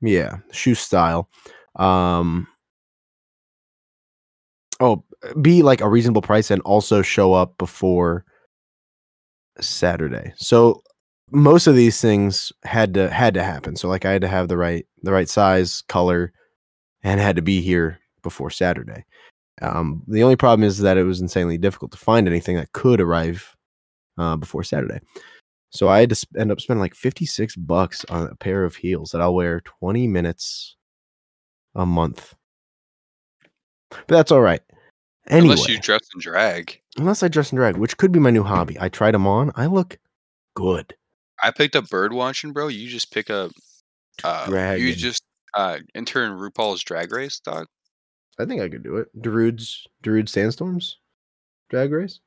S2: yeah, shoe style, um. Oh, be like a reasonable price and also show up before Saturday. So most of these things had to had to happen. So like I had to have the right the right size, color, and had to be here before Saturday. Um, the only problem is that it was insanely difficult to find anything that could arrive uh, before Saturday. So I had to sp- end up spending like fifty six bucks on a pair of heels that I'll wear twenty minutes a month. But that's all right. Anyway,
S3: Unless you dress in drag.
S2: unless I dress in drag, which could be my new hobby. I tried them on. I look good.
S3: I picked up bird watching, bro. You just pick up. Uh, you
S2: Dragon.
S3: just uh, enter in RuPaul's Drag Race, dog.
S2: I think I could do it. Darude's Darude Sandstorms, drag race.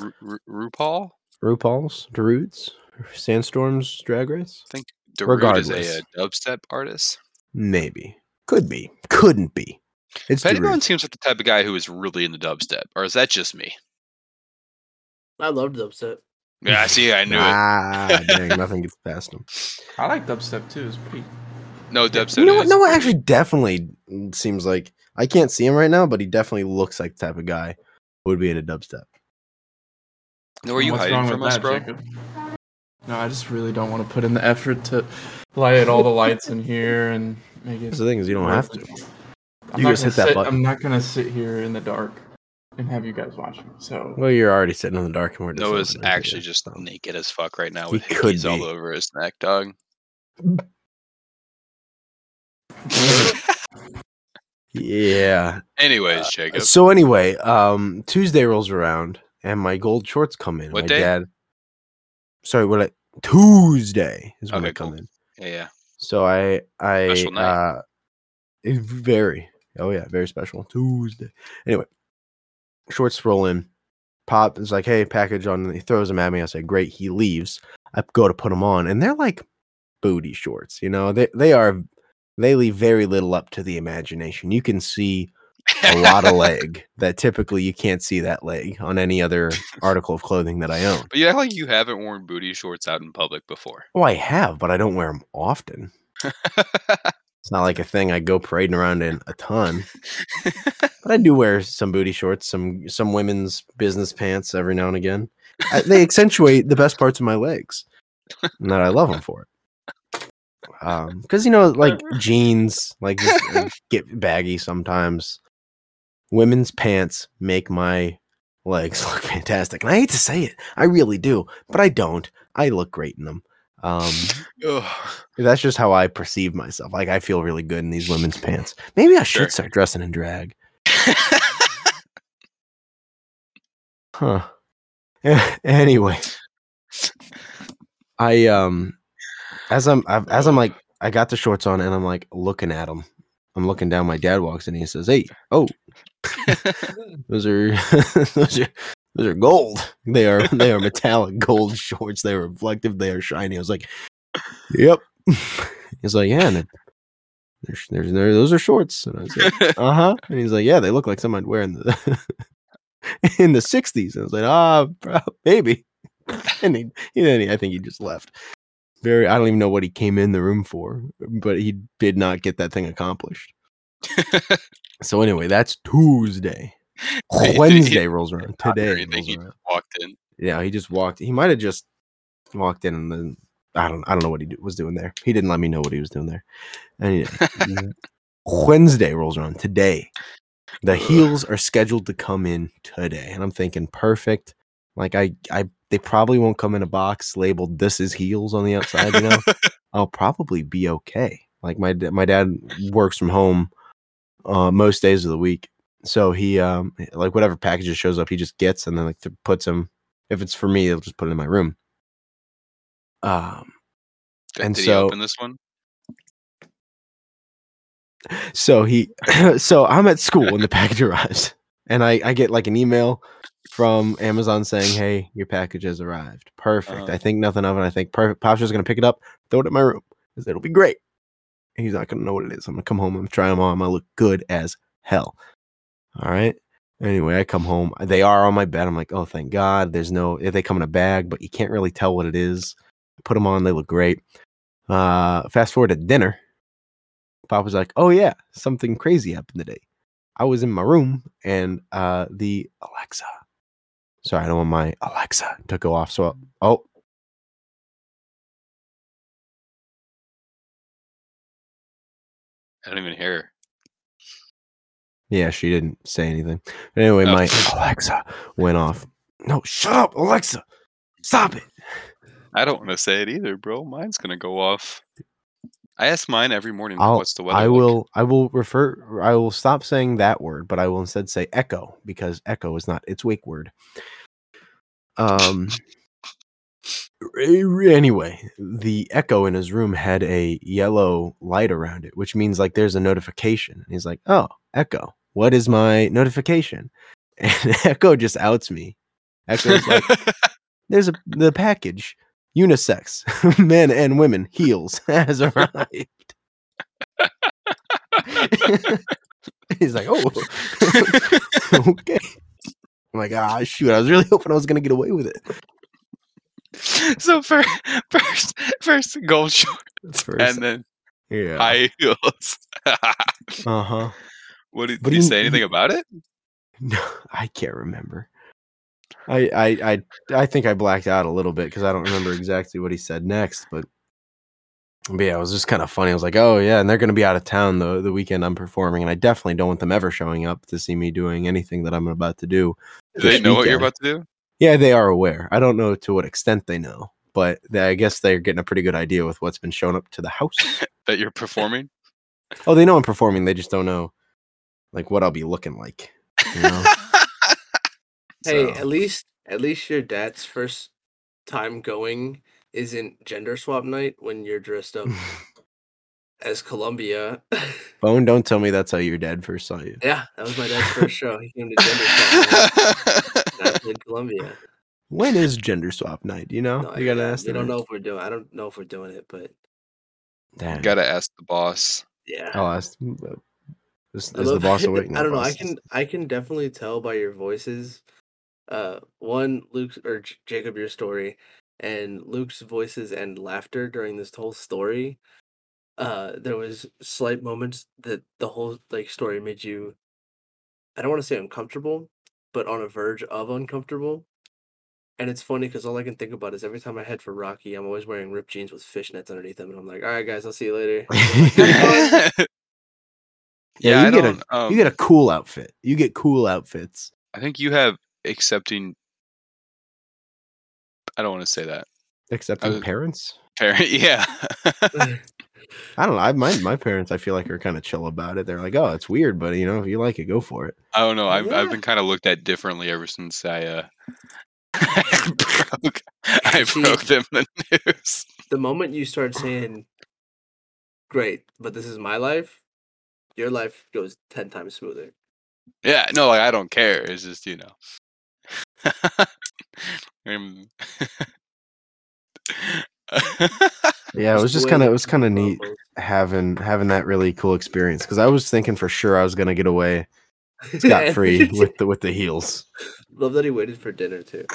S3: Ru- Ru- RuPaul.
S2: RuPaul's Darude's Sandstorms drag race.
S3: Darude is
S2: Regardless.
S3: a, uh dubstep artist.
S2: Maybe could be, couldn't be. It's
S3: Pettibone
S2: Darude.
S3: seems like the type of guy who is really into dubstep, or is that
S2: <laughs>
S3: just me?
S4: I loved the upset.
S3: Yeah, I see. I knew
S2: Ah, dang, nothing gets past
S3: <laughs>
S2: him.
S5: I like dubstep too. It's pretty.
S3: it. No dubstep.
S2: you know what?
S3: is
S2: No,
S3: pretty-
S2: actually, definitely seems like I can't see him right now, but he definitely looks like the type of guy who would be into dubstep.
S3: Know where you
S5: What's
S3: hiding
S5: wrong
S3: from
S5: with
S3: us,
S5: that,
S3: bro?
S5: Jacob? No, I just really don't want to put in the effort to light all the lights in here and make it.
S2: That's the thing is you don't have to.
S5: I'm
S2: You
S5: not
S2: just
S5: gonna
S2: hit that
S5: sit-
S2: button.
S5: I'm not gonna sit here in the dark and have you guys watch me. So
S2: Well, you're already sitting in the dark and we're just
S3: Noah's
S2: opening it,
S3: actually
S2: yeah,
S3: just
S2: so.
S3: naked as fuck right now
S2: Oh. He
S3: with
S2: could
S3: hickeys all
S2: be.
S3: over his neck, dog.
S2: Yeah.
S3: Anyways,
S2: Uh,
S3: Jacob.
S2: So anyway, um, Tuesday rolls around and my gold shorts come in.
S3: What
S2: my
S3: day?
S2: dad. Sorry, what? I, Tuesday is when
S3: Okay,
S2: they come
S3: cool.
S2: in.
S3: yeah, yeah.
S2: So I I
S3: Special night.
S2: uh it's very oh yeah, very special. Tuesday. Anyway. Shorts roll in. Pop is like, hey, package on he throws them at me. I say, Great, he leaves. I go to put them on, and they're like booty shorts, you know. They they are they leave very little up to the imagination. You can see a
S3: <laughs>
S2: lot of leg that typically you can't see that leg on any other article of clothing that I own.
S3: But you act like you haven't worn booty shorts out in public before.
S2: Oh, I have, but I don't wear them often. It's not like a thing I go parading around in a ton. But I do wear some booty shorts, some some women's business pants every now and again. I, they accentuate the best parts of my legs, and that I love them for it. Because you know, like jeans, like just uh, get baggy sometimes. Women's pants make my legs <laughs> look fantastic, and I hate to say it, I really do, but I don't. I look great in them. Um,
S3: Ugh.
S2: that's just how I perceive myself. Like I feel really good in these women's pants. Maybe I
S3: Sure.
S2: should start dressing in drag. Huh. <laughs> anyway, I um, as I'm I've, as I'm like I got the shorts on and I'm like looking at them. I'm looking down. My dad walks in. And he says, "Hey, oh, those are <laughs> those are those are gold. They are <laughs> they are metallic gold shorts. They are reflective. They are shiny." I was like, "Yep." <laughs> He's like, "Yeah." And they're, they're, sh- they're, they're- those are shorts. And I was like, uh
S3: Uh-huh.
S2: huh. And he's like, yeah, they look like someone would wear in the <laughs> in the sixties. I was like, ah, bro, maybe. <laughs> and he, he, then he, I think he just left. Very, I don't even know what he came in the room for, but he did not get that thing accomplished. So anyway, that's Tuesday.
S3: Wait, did <laughs> he-
S2: Wednesday rolls around.
S3: or
S2: Today
S3: anything,
S2: rolls
S3: he-
S2: around.
S3: <laughs> Walked in.
S2: Yeah, he just walked. He might have just walked in and then I don't I don't know what he do, was doing there. He didn't let me know what he was doing there. And he- Wednesday rolls around today. The
S3: Ugh.
S2: heels are scheduled to come in today, and I'm thinking perfect. Like I I they probably won't come in a box labeled "This is heels" on the outside. You know, I'll probably be okay. Like my da- my dad works from home uh, most days of the week, so he um like whatever packages shows up, he just gets and then like th- puts them. If it's for me, I'll just put it in my room. Um,
S3: <laughs> Did,
S2: And
S3: did he
S2: so-
S3: open this one?
S2: so he, <clears throat> so I'm at school when the package arrives, and I I get like an email from Amazon saying, "Hey, your package has arrived. Perfect.
S3: Uh-huh.
S2: I think nothing of it. I think perfect. Pop's just gonna pick it up, throw it in my room, because it'll be great. And he's not gonna know what it is. I'm gonna come home. I'm gonna try them on. I'm gonna look good as hell. All right. Anyway, I come home. They are on my bed. I'm like, oh, thank God. There's no. They come in a bag, but you can't really tell what it is. I put them on. They look great. Uh, fast forward to dinner. Pop was like, oh yeah, something crazy happened today. I was in my room and uh, the Alexa. Sorry, I don't want my Alexa to go off. So, oh,
S3: I don't even hear. her.
S2: yeah, she didn't say anything. But anyway,
S3: Oh.
S2: my Alexa went off. No, shut up, Alexa. Stop it.
S3: I don't want to say it either, bro. Mine's gonna go off. I ask mine every morning.
S2: I'll-
S3: What's the weather?
S2: I
S3: like?"
S2: will. I will refer. I will stop saying that word, but I will instead say echo because echo is not its wake word. Um. a- Anyway, the echo in his room had a yellow light around it, which means like there's a notification. And he's like, "Oh, echo, what is my notification?" <laughs> And echo just outs me. Echo's like, "There's a the package, unisex, <laughs> men and women, heels <laughs> has arrived." <laughs> He's like, oh, <laughs> okay. I'm like, ah, shoot. I was really hoping I was gonna get away with it.
S3: <laughs> so first, <laughs> first, first
S2: <laughs>
S3: gold shorts,
S2: First.
S3: and then
S2: <laughs> yeah,
S3: high heels. <laughs>
S2: uh huh.
S3: what did,
S2: But
S3: did you
S2: he-
S3: say anything
S2: he-
S3: about it?
S2: No, <laughs> I can't remember. I, I, I, I think I blacked out a little bit because I don't
S3: <laughs>
S2: remember exactly what he said next. But, but yeah, it was just kind of funny. I was like, oh yeah, and they're gonna be out of town the the weekend I'm performing, and I definitely don't want them ever showing up to see me doing anything that I'm about to do.
S3: Do they
S2: this
S3: know what you're
S2: weekend.
S3: about to do?
S2: Yeah, they are aware. I don't know to what extent they know, but they, I guess they're getting a pretty good idea with
S3: <laughs>
S2: what's been shown up to the house. <laughs>
S3: That you're performing?
S2: oh, they know I'm performing. They just don't know like what I'll be looking like. You know? <laughs>
S4: Hey,
S2: So-
S4: at least at least your dad's first time going isn't gender swap night when you're
S2: <laughs>
S4: dressed up as Columbia. <laughs>
S2: Bone, don't tell me that's how your dad first saw you.
S4: yeah, that was my dad's first show. He came to gender swap night.
S2: <laughs>
S4: and I played Columbia.
S2: When is
S4: <laughs>
S2: gender swap night? You know,
S4: No,
S2: Oh, you gotta
S4: yeah,
S2: ask.
S4: We
S2: the
S4: don't
S2: man.
S4: know if we're doing. I don't know if we're doing it, but
S2: Damn.
S3: <laughs> Gotta ask the boss. <laughs>
S4: yeah.
S2: I'll ask. him, but Is,
S4: I
S2: is the
S4: love- <laughs>
S2: boss awake?
S4: I
S2: No,
S4: don't know. I
S2: boss is-
S4: can
S2: <laughs>
S4: I can definitely tell by your voices. Uh, one Luke's or J- Jacob, your story, and Luke's voices and laughter during this whole story. Uh, there was slight moments that the whole like story made you. I don't want to say uncomfortable, but on a verge of uncomfortable. And it's funny because all I can think about is every time I head for Rocky, I'm always wearing ripped jeans with fishnets underneath them, and I'm like, "All right, guys, I'll see
S2: <laughs>
S4: you later."
S3: yeah,
S2: Yeah,
S3: I
S2: you get a-
S3: don't. um,
S2: You get a cool outfit. You get cool outfits.
S3: I think you have accepting. I don't want to say that.
S2: Except
S3: I
S2: your
S3: was-
S2: parents.
S3: Parent, <laughs> yeah.
S2: I don't know. I, my my parents, I feel like are kind of chill about it. They're like, "Oh, it's weird, but you know, if you like it, go for it."
S3: I don't know. I've I've
S4: Yeah.
S3: been kind of looked at differently ever since I uh <laughs> I broke I
S4: See-
S3: broke them <laughs> the news.
S4: the moment you start saying, "Great, but this is my life," your life goes ten times smoother.
S3: Yeah, no, like, I don't care. It's just you <laughs> know. Um,
S2: Yeah, it was
S4: the
S2: just
S4: way
S2: kind of
S4: that
S2: it was kind of
S4: people
S2: neat having having that really cool experience because I was thinking for sure I was gonna get
S4: <laughs>
S2: away
S4: propose. <laughs>
S2: scot free
S4: And-
S2: with the with the heels.
S4: Love that he waited for dinner too.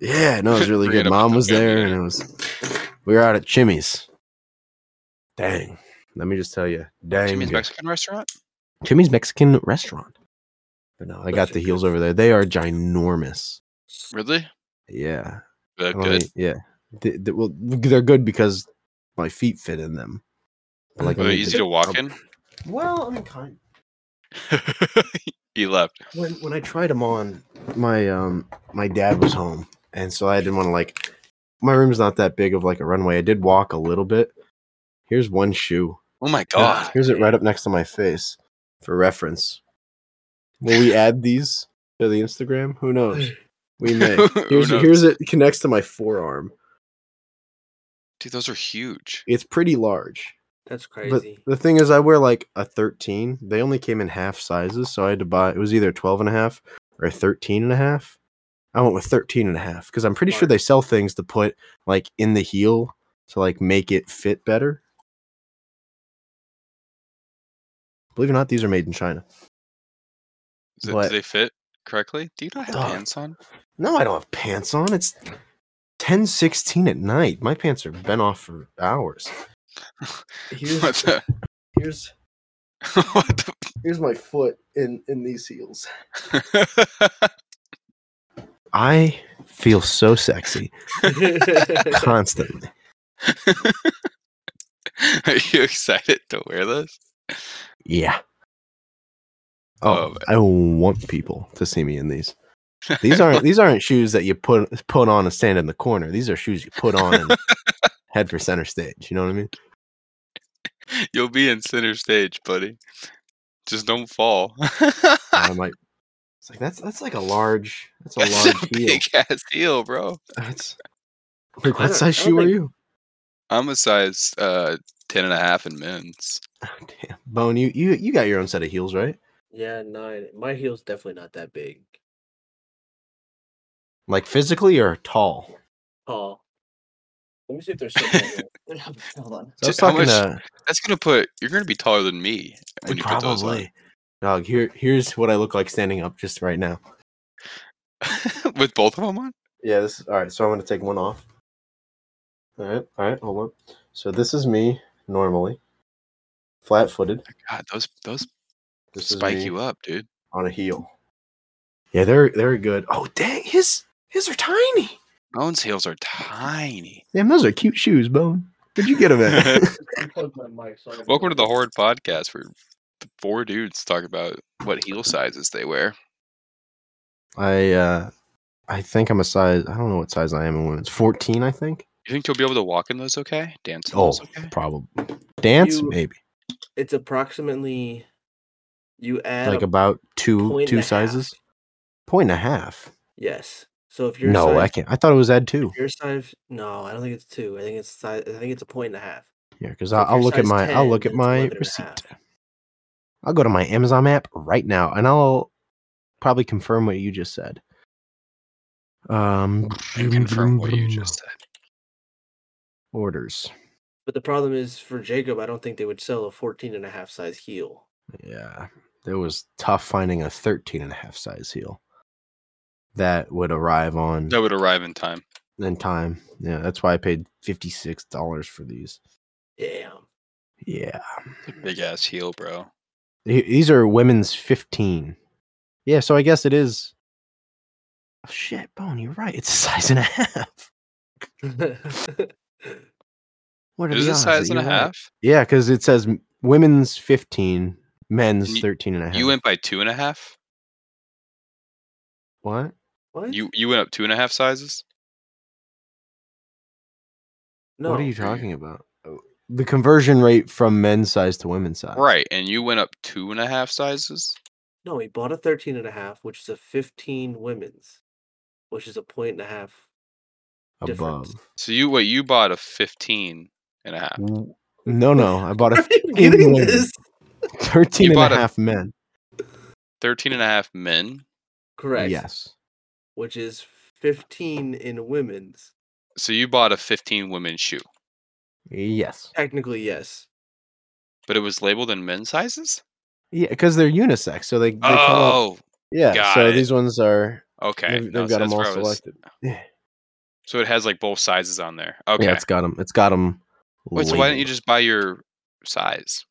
S2: Yeah, no, it
S3: <laughs>
S2: was really
S3: Forget
S2: good.
S3: about
S2: Mom
S3: the
S2: was there,
S3: family.
S2: and it was we were out at Chimmy's. Dang, let me just tell you, dang,
S3: <laughs> Jimmy's
S2: good.
S3: Mexican restaurant.
S2: Jimmy's Mexican restaurant. But no, I got
S4: Those
S2: the
S4: are
S2: heels
S4: good.
S2: over there. They are ginormous.
S3: Really?
S2: Yeah,
S3: Uh,
S2: And let
S3: good.
S2: me- yeah. They, they- well, they're good because my feet fit in them. I Like
S3: Are
S2: I
S3: they
S2: need
S3: easy to walk in? <laughs>
S2: Well, I mean, kind.
S3: he left.
S2: When when I tried them on, my um my dad was home, and so I didn't want to like. My room's not that big of like a runway. I did walk a little bit. Here's one shoe.
S3: Oh my god.
S2: Here's it right up next to my face, for reference. Will we add these to the Instagram? Who knows? We may.
S3: Who
S2: Here's
S3: knows?
S2: here's it connects to my forearm.
S3: Dude, those are huge.
S2: It's pretty large.
S4: That's
S2: But <laughs>
S4: crazy.
S2: the thing is, I wear like a 13. They only came in half sizes, so I had to buy it was either 12 and a half or 13 and a half. I went with 13 and a half because I'm pretty sure
S4: Smart.
S2: they sell things to put like in the heel to like make it fit better. Believe it or not, these are made in China.
S3: Is it- do
S2: But-
S3: they fit correctly? Do you not have
S2: Dog.
S3: pants on?
S2: No, I don't have pants on. It's 10 16 at night. My pants are been off for hours. Here's,
S3: <laughs> What the?
S2: here's
S3: What
S2: here's my foot in in these heels.
S3: the?
S2: I feel so sexy constantly.
S3: Are <laughs> you excited to wear this?
S2: Yeah.
S3: Oh,
S2: Oh, I want people to see me in these.
S3: <laughs>
S2: These aren't these aren't shoes that you put put on and stand in the corner. These are shoes you put on
S3: <laughs>
S2: and head for center stage. You know what I mean?
S3: You'll be in center stage, buddy. Just don't fall. <laughs>
S2: I might. It's like that's that's like a large that's a
S3: That's
S2: large
S3: a
S2: heel.
S3: big ass heel, bro.
S2: That's like
S4: I
S2: what
S4: don't-
S2: size
S4: I don't
S2: shoe are
S4: think-
S2: you?
S3: I'm a size uh, 10 and a half in men's.
S2: Oh, <laughs> damn, Bone, you you you got your own set of heels, right?
S4: <laughs>
S2: <laughs>
S4: yeah, nine. My heel's definitely not that big.
S2: Like physically or tall?
S4: Paul, let me see if there's something. on there. <laughs> Hold on.
S2: So I was
S3: Dude, how
S2: talking to
S3: much- That's going to put, you're going to be taller than me when you put those on.
S2: Probably. Dog, here here's what I look like standing up just right now.
S3: <laughs> With both of them on?
S2: Yeah, this is all right, so I'm gonna take one off. Alright, alright, hold on. So this is me normally. Flat footed.
S3: God, those those
S2: This
S3: spike
S2: is me
S3: you up, dude.
S2: on a heel. Yeah, they're they're good. Oh dang, his his are tiny.
S3: Bones heels are tiny.
S2: Damn, those are cute shoes, Bone. Where'd you get them
S3: <laughs>
S2: at?
S3: Welcome to the Horde Podcast, where the four dudes talk about what heel sizes they wear.
S2: I uh I think I'm a size I don't know what size I am in women's. Fourteen, I think.
S3: You think you'll be able to walk in those okay? Dance in
S2: Oh,
S3: those okay?
S2: probably. Dance,
S4: You-
S2: maybe.
S4: It's approximately You add
S2: like
S4: a
S2: about two
S4: point
S2: two
S4: and a half.
S2: sizes. Point and a half.
S4: Yes. So if you're
S2: No, I can't. I thought it was add two.
S4: Your size? No, I don't think it's two. I think it's size. I think it's a point and a half.
S2: Yeah, because
S4: So if
S2: I'll, I'll
S4: you're
S2: look at
S4: size
S2: my
S4: 10,
S2: I'll look at
S4: then it's
S2: my
S4: 11 and a half.
S2: receipt. I'll go to my Amazon map right now, and I'll probably confirm what you just said. Um,
S3: and confirm what you just said.
S2: orders.
S4: But the problem is for Jacob, I don't think they would sell a 14 and a half size heel.
S2: Yeah, it was tough finding a 13 and a half size heel that would arrive on
S3: That would arrive in time.
S2: in time. Yeah, that's why I paid fifty six dollars for these.
S4: Damn. <laughs>
S2: Yeah,
S3: Big ass heel, bro.
S2: Th- these are women's 15. Yeah, so I guess it is. Oh, shit, Bone, you're right. It's a <laughs> size and a half. What are
S3: Is
S2: the
S3: it
S2: odds
S3: size
S2: that
S3: and a
S2: you're right?
S3: half?
S2: Yeah, because it says m- women's 15, men's
S3: You-
S2: 13 and a half.
S3: You went by two and a half.
S2: What?
S4: what?
S3: You you went up two and a half sizes.
S4: no.
S2: What are you talking about? Oh, The conversion rate from men's size to women's size.
S3: Right, and you went up two and a half sizes.
S4: No, he bought a 13 and a half, which is a 15 women's, which is a point and a half.
S2: Above.
S4: Difference. <laughs>
S3: So you what you bought a 15 and a half.
S2: W- No, no.
S3: <laughs>
S2: I bought a
S4: Are you
S2: 15
S4: getting
S2: women,
S4: this?
S2: 13 and
S3: bought
S2: a
S3: a-
S2: half men.
S3: 13 and a half men.
S4: Correct.
S2: Yes.
S4: Which is 15 in women's.
S3: So you bought a 15 women shoe,
S2: Yes.
S4: Technically, yes.
S3: but it was labeled in men's sizes?
S2: Yeah, because they're unisex. So they, they come out-
S3: Oh,
S2: Yeah,
S3: Got
S2: so
S3: it.
S2: these ones are
S3: okay.
S2: they've, they've
S3: No,
S2: got
S3: so
S2: them
S3: that's
S2: all
S3: where I was-
S2: selected. Yeah,
S3: So it has like both sizes on there. Okay.
S2: it's got them. It's got them.
S3: Wait, so why don't you just buy your size?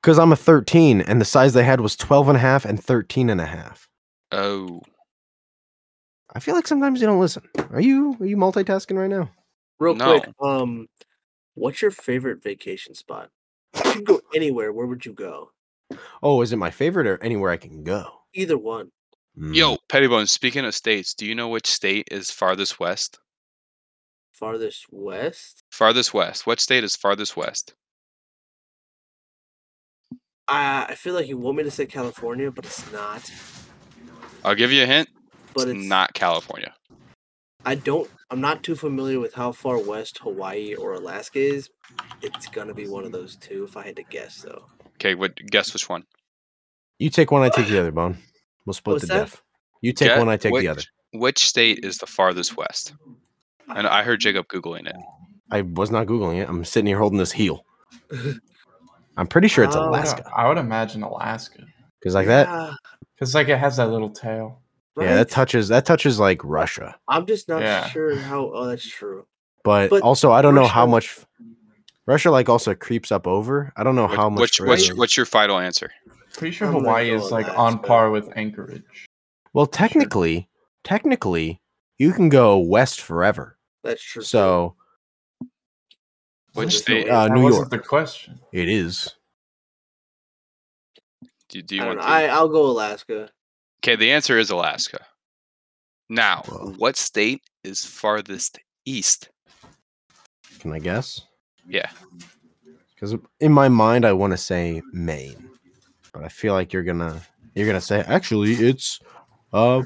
S2: Because I'm a 13, and the size they had was 12 and a half and 13 and a half.
S3: Oh,
S2: I feel like sometimes you don't listen. Are you are you multitasking right now?
S4: Real quick,
S3: No.
S4: um, what's your favorite vacation spot? If you could go anywhere, where would you go?
S2: Oh, is it my favorite or anywhere I can go?
S4: Either one.
S2: Mm.
S3: yo, Pettibone. Speaking of states, do you know which state is farthest west?
S4: Farthest west?
S3: Farthest west. What state is farthest west?
S4: I I feel like you want me to say California, but it's not.
S3: I'll give you a hint.
S4: But
S3: it's
S4: it's
S3: not California.
S4: I don't. I'm not too familiar with how far west Hawaii or Alaska is. It's gonna be one of those two, if I had to guess, though.
S3: Okay, what guess which one?
S2: You take one, I take the other, Bone. We'll split
S4: What's
S2: the
S4: that?
S2: diff. You take
S3: Get
S2: one, I take
S3: which,
S2: the other.
S3: Which state is the farthest west? And I heard Jacob googling it.
S2: I was not googling it. I'm sitting here holding this heel. I'm pretty sure it's
S4: Oh, no.
S2: Alaska
S5: I would imagine Alaska.
S2: because like that.
S4: Yeah,
S5: Because like it has that little tail.
S2: Yeah, that
S4: right?
S2: touches that touches like Russia.
S4: I'm just not
S5: Yeah.
S4: sure how. Oh, that's true.
S2: but,
S4: But
S2: also I don't know how
S4: Russia-
S2: much Russia like also creeps up over. I don't know
S3: Which-
S2: how much.
S3: Which, what's,
S2: further-
S3: what's your final answer?
S5: Pretty sure
S4: I'm gonna
S5: Hawaii
S4: go
S5: is like
S4: Alaska.
S5: on par with Anchorage.
S2: well, technically, technically, you can go west forever.
S4: That's true. too.
S2: So
S3: Which
S5: That's
S3: state?
S5: the-
S2: Uh,
S5: that
S2: New
S5: wasn't
S2: York.
S5: the question.
S2: it is.
S3: Do, do
S4: I
S3: you
S4: don't
S3: want
S4: know.
S3: the-
S4: I, I'll go Alaska.
S3: Okay, the answer is Alaska. Now,
S2: Whoa.
S3: what state is farthest east?
S2: Can I guess?
S3: Yeah.
S2: Because in my mind, I want to say Maine, but I feel like you're gonna you're gonna say actually it's uh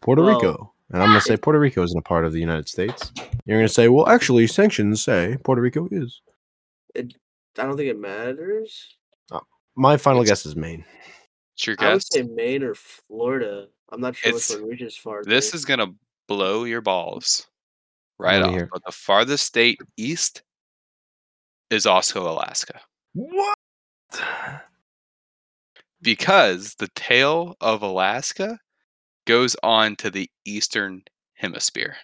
S2: Puerto
S4: Well-
S2: Rico. And I'm gonna say Puerto Rico isn't a part of the United States. You're gonna say, well, actually, sanctions say Puerto Rico is.
S4: I don't think it matters.
S2: My final guess is Maine.
S3: It's your
S4: I would
S3: guess.
S4: say Maine or Florida. I'm not sure
S3: It's-
S4: which one reaches far.
S3: This is gonna blow your balls right
S2: wanna
S3: off.
S2: hear.
S3: But the farthest state east is also Alaska.
S2: What?
S3: Because the tail of Alaska goes on to the eastern hemisphere.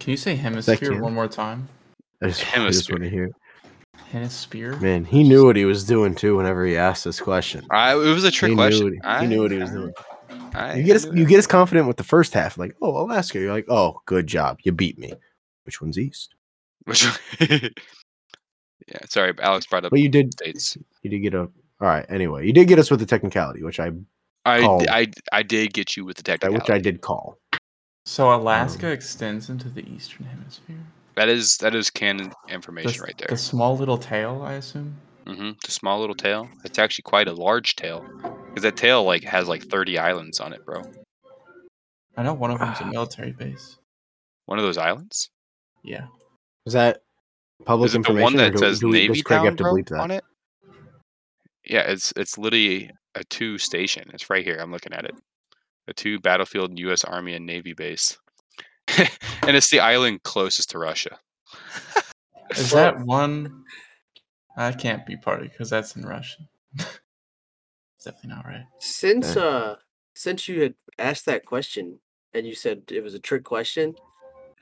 S5: Can you say hemisphere
S2: you.
S5: one more time?
S2: I just, I just
S3: Hemisphere.
S2: want to hear.
S5: Hemisphere.
S2: Man, he knew what he was doing too. Whenever he asked this question,
S3: I, it was a trick
S2: he
S3: question.
S2: Knew what he, he
S3: I-
S2: knew what he was
S3: I-
S2: doing.
S3: I-
S2: You get
S3: I
S2: us,
S3: knew
S2: you
S3: it.
S2: get as confident with the first half, like, "Oh, Alaska." You're like, "Oh, good job, you beat me." Which one's east?
S3: <laughs> Which one- yeah, sorry, Alex brought up
S2: But you did,
S3: states.
S2: you did get a. All right. Anyway, you did get us with the technicality, which I,
S3: I,
S2: called.
S3: I I did get you with the technical.
S2: Oh. which I did call.
S5: So
S3: Um,
S5: Alaska extends into the eastern hemisphere.
S3: That is that is canon
S5: The,
S3: information right
S5: the
S3: there.
S5: small little tail, I assume.
S3: hmm The small little tail. It's actually quite a large tail. Because that tail like has like 30 islands on it, bro.
S5: I know one of them's
S3: Ah.
S5: a military base.
S3: One of those islands? <laughs>
S5: Yeah.
S2: Is that public
S3: Is it the
S2: information?
S3: one
S2: or
S3: that
S2: do-
S3: says
S2: do we-
S3: Navy
S2: does Craig
S3: Town
S2: have to
S3: bro,
S2: bleep that? <laughs>
S3: on it? Yeah, it's it's literally a two station. It's right here. I'm looking at it. A two battlefield U.S. Army and Navy base, <laughs> and it's the island closest to Russia.
S5: Is that one? <laughs> I can't be part of because that's in <laughs> Russian. it's definitely not right.
S2: Eh.
S4: Since
S2: Yeah.
S4: uh since you had asked that question and you said it was a trick question,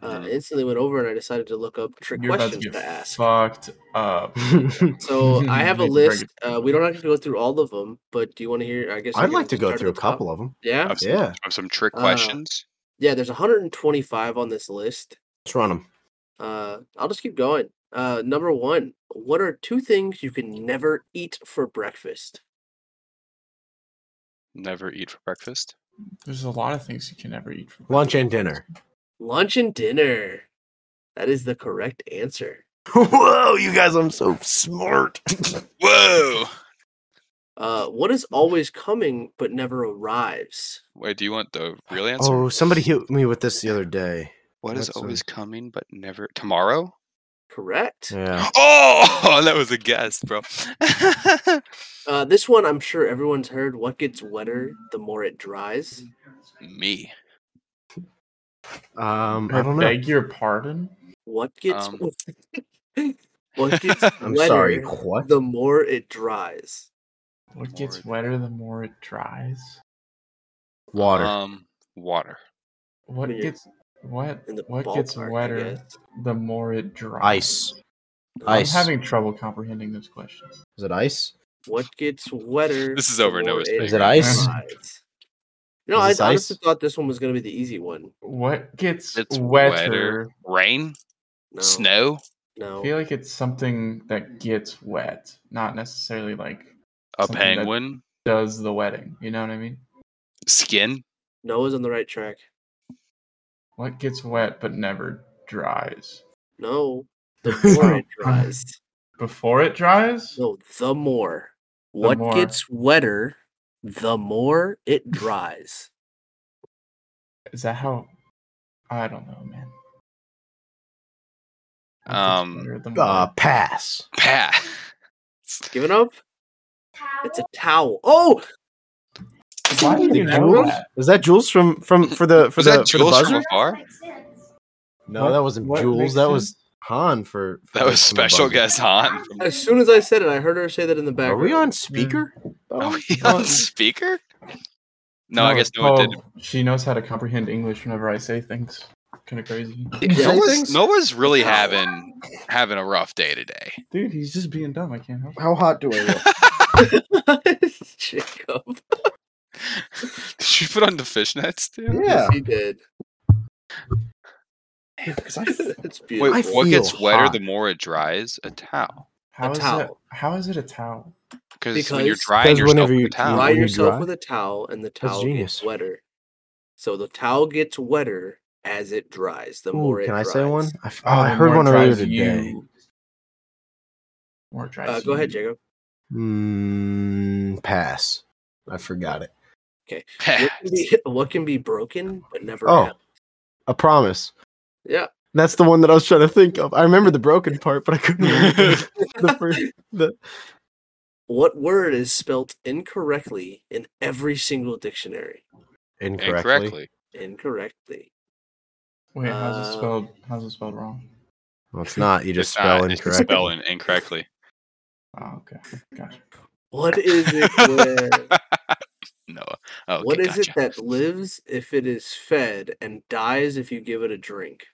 S4: uh, I instantly went over and I decided to look up trick
S5: You're about to
S4: questions
S5: get
S4: to ask.
S5: fucked up.
S4: <laughs>
S5: <laughs>
S4: So
S2: <laughs>
S4: I have a
S5: These are
S4: list.
S5: regular-
S4: Uh, we don't have to go through all of them, but do you want to hear? I guess I
S2: I'd
S4: can
S2: like to
S4: just
S2: go
S4: start at
S2: through a
S4: the top.
S2: couple of them.
S4: Yeah,
S3: Of some,
S2: Yeah,
S3: of some trick
S4: Uh,
S3: questions.
S4: yeah. There's 125 on this list.
S2: let's run them.
S4: Uh, I'll just keep going. Uh, number one, what are two things you can never eat for breakfast?
S3: Never eat for breakfast.
S5: There's a lot of things you can never eat. From
S2: Lunch and dinner.
S4: Lunch and dinner. That is the correct answer.
S2: <laughs> Whoa, you guys! I'm so smart.
S3: Whoa!
S4: Uh, what is always coming but never arrives?
S3: Wait, do you want the real answer?
S2: oh, somebody hit me with this the other day.
S3: what is
S2: what's, uh,
S3: always coming but never tomorrow?
S4: Correct.
S2: Yeah.
S3: Oh, <laughs> that was a guess, bro.
S4: Uh, this one I'm sure everyone's heard. What gets wetter the more it dries?
S3: Me.
S2: Um, I don't know.
S5: beg your pardon.
S4: What gets
S3: Um,
S4: <laughs> what gets
S2: I'm sorry.
S4: wetter
S2: What?
S4: the more it dries?
S5: What
S3: more
S5: gets
S3: it-
S5: wetter the more it dries?
S2: Water.
S3: Um, water.
S5: What
S4: Yeah.
S5: gets what
S4: In the
S5: what gets
S4: ballpark, I
S5: wetter
S4: guess.
S5: the more it dries?
S2: ice.
S5: I'm
S2: Ice.
S5: having trouble comprehending those questions.
S2: Is it ice?
S4: What gets wetter?
S3: This is
S4: the
S3: over,
S4: more
S3: Noah's
S2: Is it ice?
S4: dries? No,
S2: Is
S4: I
S2: this
S4: honestly
S2: ice?
S4: thought this one was going to be the easy one.
S5: What gets
S3: It's
S5: wetter?
S3: Rain.
S4: No,
S3: Snow.
S5: I
S2: Oh.
S4: No.
S5: feel like it's something that gets wet, not necessarily like
S3: A
S5: Something that-
S3: penguin.
S5: does the wetting. You know what I mean?
S3: Skin.
S4: Noah's on the right track.
S5: What gets wet but never dries?
S4: No.
S2: <laughs>
S4: The more it dries.
S5: Before it dries?
S4: No, the more. What
S5: more.
S4: gets wetter, the more it dries.
S5: Is that how? I don't know, man. What gets
S3: Um,
S5: wetter the
S2: Uh,
S5: more-
S2: pass.
S3: <laughs> Pat.
S4: Giving up? It's a towel. Oh,
S5: Why did you
S2: Did
S5: know
S2: Jules-
S5: that?
S2: Uh, Is that Jules from from for the for
S3: Was
S2: the,
S3: that
S2: for the
S3: Jules from
S2: buzzer?
S3: afar?
S2: No,
S5: What-
S2: that wasn't
S5: what
S2: Jules.
S5: makes
S2: That was
S5: sense?
S2: Han for. for
S3: That
S2: the-
S3: was
S2: from the
S3: special
S2: buzzer. <laughs>
S3: guest Han. From,
S4: as soon as I said it, I heard her say that in the
S2: Are
S4: background.
S2: we on speaker?
S3: are <laughs>
S2: Oh,
S3: we
S2: uh,
S3: on speaker? No, I guess
S5: it's
S3: no one did.
S5: called- Oh, She knows how to comprehend English whenever I say things. Kind of crazy,
S2: you say
S3: Noah's,
S2: things?
S3: Noah's really having having a rough day today. <laughs>
S5: dude. He's just being dumb. I can't help. it.
S2: How hot do I look?
S4: <laughs> Jacob.
S3: Did you put on the fishnets,
S2: <laughs>
S3: dude?
S2: yeah.
S4: He did.
S2: Because
S4: <laughs>
S2: I
S4: it's beautiful.
S3: Wait, what gets
S2: feel
S3: wetter
S2: hot.
S3: the more it dries? A towel.
S5: How is
S4: towel.
S5: it? How is it a towel?
S3: Because when you're
S4: Because-
S3: drying
S2: Because
S3: yourself
S2: whenever
S3: with a
S2: you-
S3: towel,
S4: Dry
S2: when
S3: <laughs>
S2: you
S4: yourself
S2: dry-
S4: with a towel, and the
S2: That's
S4: towel gets
S2: genius.
S4: wetter. So the towel gets wetter as it dries. The more
S2: Ooh,
S4: it
S2: can I
S4: dries.
S2: say one? I, f- oh,
S5: Oh,
S2: I
S5: the
S2: heard
S5: more
S2: one
S5: it
S2: earlier
S5: dries
S2: today.
S5: you- More it dries.
S4: Uh, go ahead,
S5: you.
S4: Jacob.
S2: Mm, pass. I forgot it.
S4: What can, be, what can be broken but never?
S2: Oh.
S4: hap-
S2: A promise.
S4: yeah.
S2: That's the one that I was trying to think of. I remember the broken part, but I
S3: <laughs>
S2: couldn't remember the, <laughs> the first. The,
S4: What word is spelt incorrectly in every single dictionary?
S2: incorrectly.
S3: incorrectly.
S4: Incorrectly.
S5: Wait, how's it
S4: Uh,
S5: spelled? How's it spelled wrong?
S2: Well, it's not. You just
S3: It's
S2: spell
S3: not- <laughs> it's
S2: incorrectly.
S3: Spelling incorrectly.
S5: Oh, okay, gotcha.
S3: <laughs>
S4: What is it? Where,
S3: Noah. Oh, Okay,
S4: what is
S3: gotcha.
S4: it that lives if it is fed and dies if you give it a drink?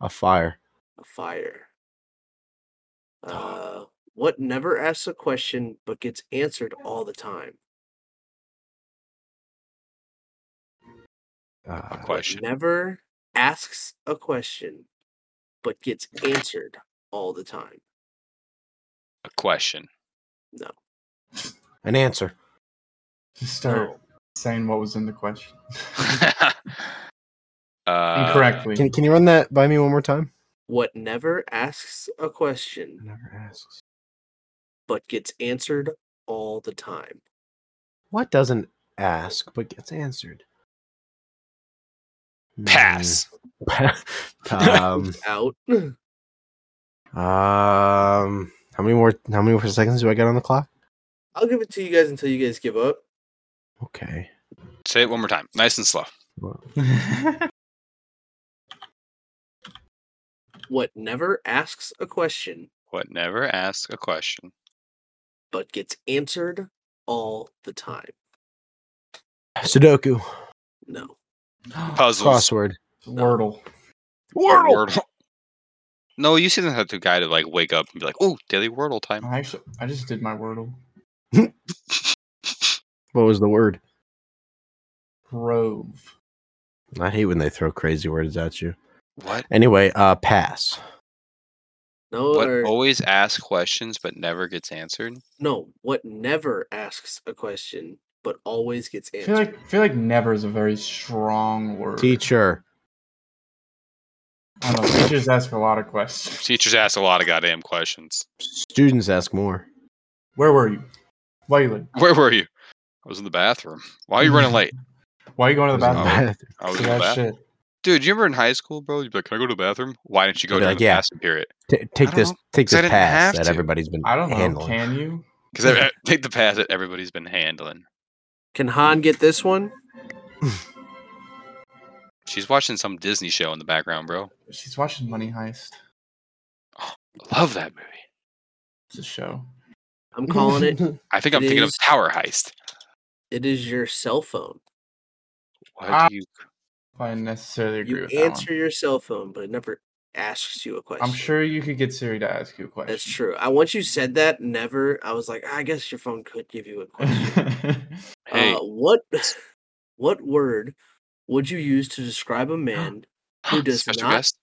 S2: A fire.
S4: A fire.
S3: Oh.
S4: Uh, what never asks a question but gets answered all the time?
S2: Uh,
S3: A question.
S4: Never asks a question but gets answered all the time.
S3: A question. <laughs>
S2: an answer.
S5: Just start
S4: Oh.
S5: saying what was in the question
S3: uh,
S5: incorrectly. <laughs>
S2: Can, can you run that by me one more time?
S5: Mm-hmm.
S4: What never asks a question
S2: Never asks.
S4: but gets answered all the time.
S2: What doesn't ask but gets answered?
S3: Pass.
S2: Hmm. <laughs> um,
S4: Out. <clears throat>
S2: um, how many more? How many more seconds do I got on the clock?
S4: I'll give it to you guys until you guys give up.
S2: Okay.
S3: Say it one more time, nice and slow.
S4: What never asks a question
S3: What never asks a question
S4: but gets answered all the time.
S2: Sudoku.
S4: No. Oh.
S3: puzzles.
S2: Crossword.
S5: Wordle.
S3: or Wordle. No, you see them have to guy to like wake up and be like, "Oh, daily Wordle time."
S5: I actually, I just did my Wordle.
S2: What was the word?
S5: Grove.
S2: I hate when they throw crazy words at you.
S3: What?
S2: Anyway, uh, pass.
S4: No
S3: What
S4: or
S3: always asks questions but never gets answered?
S4: no, what never asks a question but always gets
S5: I feel
S4: answered.
S5: like I feel like never is a very strong word.
S2: Teacher.
S5: I don't know. Teachers ask a lot of questions.
S3: Teachers ask a lot of goddamn questions.
S2: Students ask more.
S5: Where were you? Why you late?
S3: Where were you? I was in the bathroom. Why are you running late?
S5: Why are you going to the
S2: It was in
S5: bathroom?
S2: the
S3: I was
S5: <laughs> See
S3: in the
S5: that
S3: bathroom.
S5: shit.
S3: Dude, you remember in high school, bro? You'd be like, "Can I go to the bathroom?" Why didn't you go
S2: I'd be
S3: during
S2: like,
S3: the
S2: "Yeah."
S3: passing period?
S2: <laughs> T- take
S3: don't
S2: this.
S3: know,
S2: Take
S3: 'cause I
S2: this
S3: didn't
S2: pass
S3: have
S2: that
S3: to.
S2: everybody's been
S5: I don't know.
S2: handling.
S5: Can you?
S2: <laughs>
S3: Because take the pass that everybody's been handling.
S4: Can Han get this one?
S3: She's watching some Disney show in the background, bro.
S5: She's watching Money Heist.
S3: Love that movie.
S5: It's a show.
S4: I'm calling <laughs>
S5: <laughs>
S4: it.
S3: I think
S4: It
S3: I'm thinking of
S4: is-
S3: Tower Heist.
S4: It is your cell phone.
S3: What
S5: Ah.
S3: do you?
S5: If I necessarily agree
S4: You
S5: with
S4: answer
S5: that
S4: your cell phone, but it never asks you a question.
S5: one. I'm sure you could get Siri to ask you a question.
S4: That's true. I once you said that, never. I was like, I guess your phone could give you
S2: <laughs>
S4: a question.
S3: Hey,
S2: oh,
S4: Uh, what <laughs> what word would you use to describe a man?
S3: <laughs>
S4: who does
S3: special
S4: not-
S3: guest.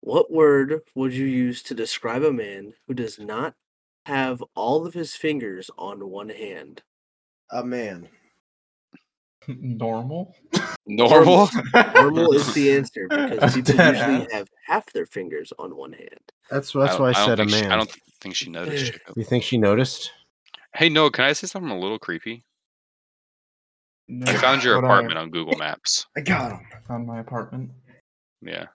S4: What word would you use to describe a man who does not have all of his fingers on one hand?
S2: A man.
S5: <laughs> Normal.
S3: Normal.
S4: Normal is
S2: <laughs>
S5: <laughs>
S4: the answer because people
S5: Dead
S4: usually
S5: ass.
S4: have half their fingers on one hand.
S2: That's that's
S3: don't-
S2: why I,
S3: don't
S2: said a
S3: think she-
S2: man.
S3: <laughs> I don't think she noticed.
S2: <laughs>
S3: Jacob.
S2: you think she noticed?
S3: Hey, no. Can I say something a little creepy?
S5: No,
S3: I found your
S5: what
S3: apartment on Google Maps.
S2: I got him.
S5: I found my apartment.
S3: Yeah.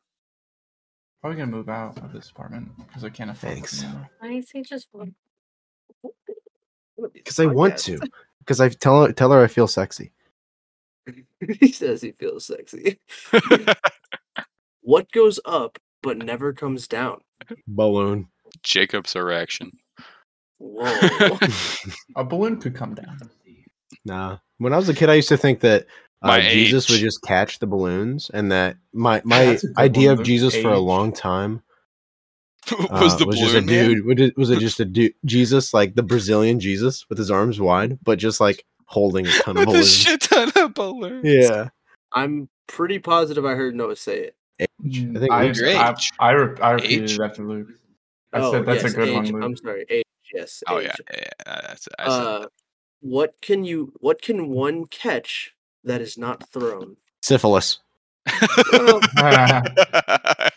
S5: Probably gonna move out of this apartment because I can't afford it
S2: Thanks.
S5: anymore.
S6: Why is he just one?
S2: Because I want to. Because I tell her, tell her I feel sexy.
S4: <laughs> he says he
S2: <laughs>
S4: feels sexy. What goes up but never comes down?
S2: Balloon.
S3: Jacob's <laughs> erection.
S2: Oh.
S5: <laughs>
S4: Whoa.
S5: A balloon could come down.
S2: Nah. When I was a kid, I used to think that uh,
S3: My
S2: Jesus would
S3: age.
S2: just catch the balloons, and that my my
S5: That's a good
S2: idea
S5: one,
S2: of
S5: Luke.
S2: Jesus for a
S5: Age.
S2: long time
S3: <laughs> was
S2: uh,
S3: the
S2: was
S3: balloon
S2: just a
S3: man?
S2: dude. Was it, was
S3: <laughs>
S2: it just a dude? Jesus, like the Brazilian Jesus, with his arms wide, but just like holding a
S3: <laughs>
S2: ton of
S3: With a
S2: balloons.
S3: shit ton of balloons.
S2: Yeah.
S4: I'm pretty positive I heard Noah say it.
S2: I think
S5: Mm, I,
S2: Luke's
S5: I,
S3: age.
S5: I, re- I repeated
S3: Age.
S5: it after Luke.
S4: <laughs>
S5: <laughs> I said that's
S4: Oh, yes,
S5: a good
S4: age.
S5: one,
S4: I'm
S5: Luke.
S4: sorry, age. Yes.
S3: Oh
S2: <laughs>
S4: age.
S3: yeah. yeah, yeah, that's- I said
S4: Uh, what can you? What can one catch that is not thrown?
S2: Syphilis.
S4: Well,
S3: that.
S4: <laughs> I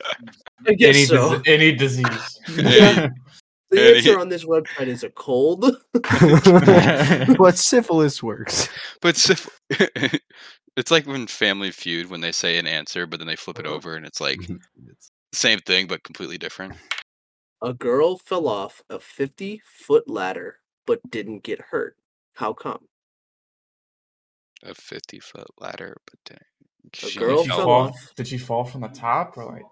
S5: any,
S4: guess so.
S5: <laughs> dis-
S4: <laughs>
S5: any disease.
S3: Yeah.
S4: The
S3: Any-
S4: answer on this website is a cold.
S2: <laughs>
S4: <laughs>
S5: <laughs>
S2: but syphilis works.
S3: <laughs> but syph- <laughs> it's like when Family Feud when they say an answer, but then they flip it
S4: Uh-huh.
S3: over and it's like
S4: Mm-hmm.
S3: same thing but completely different.
S4: A girl fell off a 50 foot ladder but didn't get hurt. How come?
S3: A fifty foot ladder, but dang,
S4: A
S3: she
S4: girl
S5: Did she
S4: fell
S5: fall-
S4: off.
S5: Did she fall from the top or like,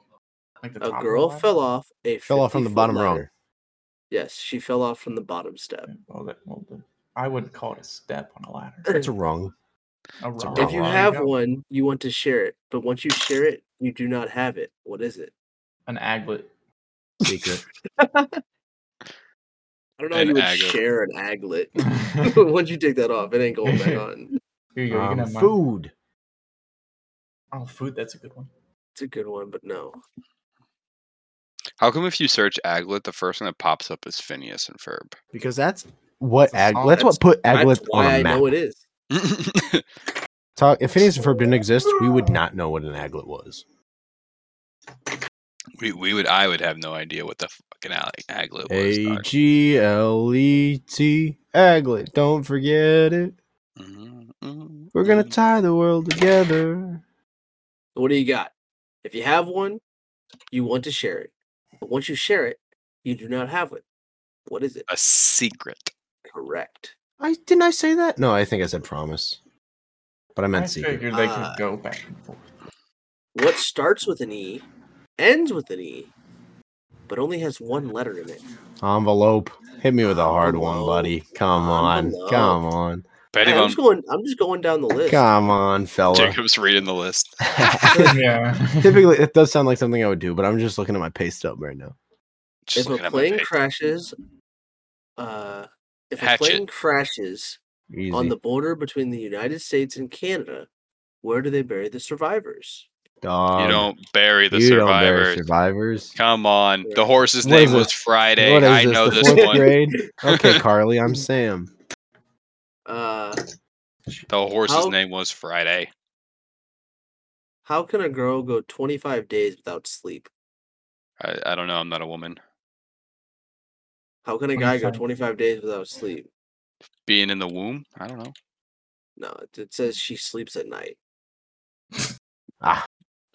S5: like the
S4: A
S5: top?
S4: girl fell off a
S2: <laughs> Fell off from the
S4: 50-foot
S2: bottom
S4: ladder.
S2: rung.
S4: Yes, she fell off from the bottom step.
S5: Well, that, well, the, I wouldn't call it a step on a
S4: <laughs>
S5: ladder.
S2: It's a rung.
S3: <laughs>
S5: A
S2: It's a
S5: rock.
S2: rock.
S4: If you
S2: wow.
S4: have
S5: There you go.
S4: one, you want to share it, but once you share it, you do not have it. What is it? <laughs>
S5: an aglet,
S2: Secret.
S4: I don't know. how
S3: An
S4: you would
S3: aglet.
S4: share an aglet.
S2: <laughs>
S4: <laughs>
S5: here
S4: once you take that off, it ain't going back on.
S5: you go. You can
S2: Um,
S5: have mine.
S2: food.
S5: Oh, food. That's a good one.
S4: It's a good one, but no.
S3: How come if you search aglet, the first thing that pops up is Phineas and Ferb? <laughs>
S2: Because that's what
S5: That's
S2: ag-
S5: a song.
S2: that's what put
S4: That's
S2: Aglet on
S4: why
S2: a
S4: I
S2: map.
S4: know it is.
S2: Talk, if Phineas and Ferb didn't exist, we would not know what an aglet was.
S3: we we would I would have no idea what the fuck fucking Alec Aglet was.
S2: A
S3: dog.
S2: G L E T Aglet. Don't forget it.
S3: Mhm, mhm,
S2: We're gonna
S4: Mm.
S3: mhm.
S2: tie the world together.
S4: What do you got? If you have one, you want to share it. But once you share it, you do not have it. What is
S2: Uh
S4: it?
S3: a secret.
S4: Correct.
S2: I didn't I say that? No, I think I said promise. But I
S5: I
S2: meant secret.
S5: figured they
S4: Ah.
S5: could go back and
S4: <laughs>
S5: forth.
S4: What starts with an E, ends with an E, but only has one letter in it?
S2: Envelope. Hit me with a hard one,
S4: Envelope.
S2: buddy. Come on.
S4: Envelope.
S2: Come on.
S3: Betty
S4: Hey, I'm
S3: Von
S4: just going. I'm just going down the list.
S2: Come on, fella.
S3: Jacob's reading the
S4: <laughs>
S3: list.
S5: yeah. <laughs>
S2: Typically it does sound like something I would do, but I'm just looking at my pay stub right now.
S3: <laughs> Just
S4: if a
S3: looking at my
S4: plane
S3: page.
S4: crashes, uh, if a
S3: Hatchet.
S4: plane crashes
S2: Easy.
S4: on the border between the United States and Canada, where do they bury the survivors?
S2: Dog.
S3: you don't bury the
S2: Um, you don't bury
S3: survivors.
S2: survivors.
S3: Come on. The horse's
S2: What
S3: name
S2: is
S3: was
S2: this?
S3: Friday.
S2: What is
S3: I know
S2: the
S3: this
S2: fourth
S3: one.
S2: grade?
S3: <laughs>
S2: Okay, Carly, I'm Sam.
S4: Uh,
S3: The horse's
S4: How-
S3: name was Friday.
S4: how can a girl go 25 days without sleep?
S3: I, I don't know. I'm not a woman.
S4: How can a guy go
S5: 25.
S4: 25 days without sleep?
S3: Being in the womb? I
S4: <laughs>
S3: don't know.
S4: No, it- it says she sleeps at night.
S2: Ah.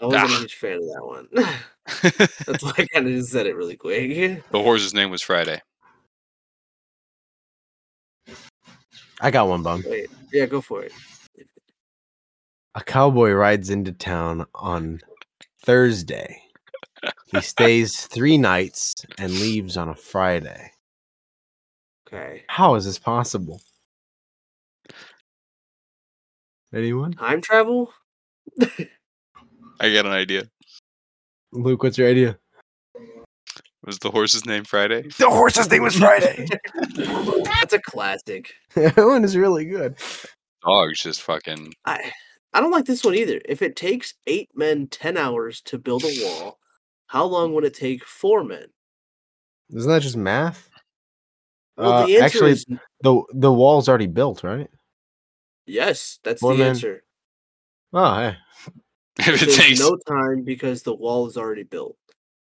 S4: I
S3: <laughs>
S4: wasn't
S3: Ah.
S4: a huge fan of that one. <laughs> That's why I kind of just said it really quick. <laughs>
S3: the horse's name was Friday.
S2: I got one bum.
S4: Wait, yeah, go for it.
S2: A cowboy rides into town on Thursday. He stays three nights and leaves on a Friday.
S4: Okay.
S2: How is this possible? Anyone?
S4: Time travel?
S3: I got an idea.
S2: Luke, what's your idea?
S3: Was the horse's name Friday?
S2: The horse's name was Friday.
S4: That's a classic.
S2: <laughs> that one is really good.
S3: Dog's just fucking. <laughs>
S4: I I don't like this one either. If it takes eight men ten hours to build
S2: <sighs>
S4: a wall, how long would it take four men?
S2: Isn't that just math?
S4: Well,
S2: Uh,
S4: the answer
S2: actually,
S4: is n-
S2: the the wall's already built, right?
S4: yes. That's
S2: four
S4: the
S2: men. <laughs>
S4: answer.
S2: Oh, hey.
S3: If it
S4: There's
S3: takes.
S4: no time because the wall is already built.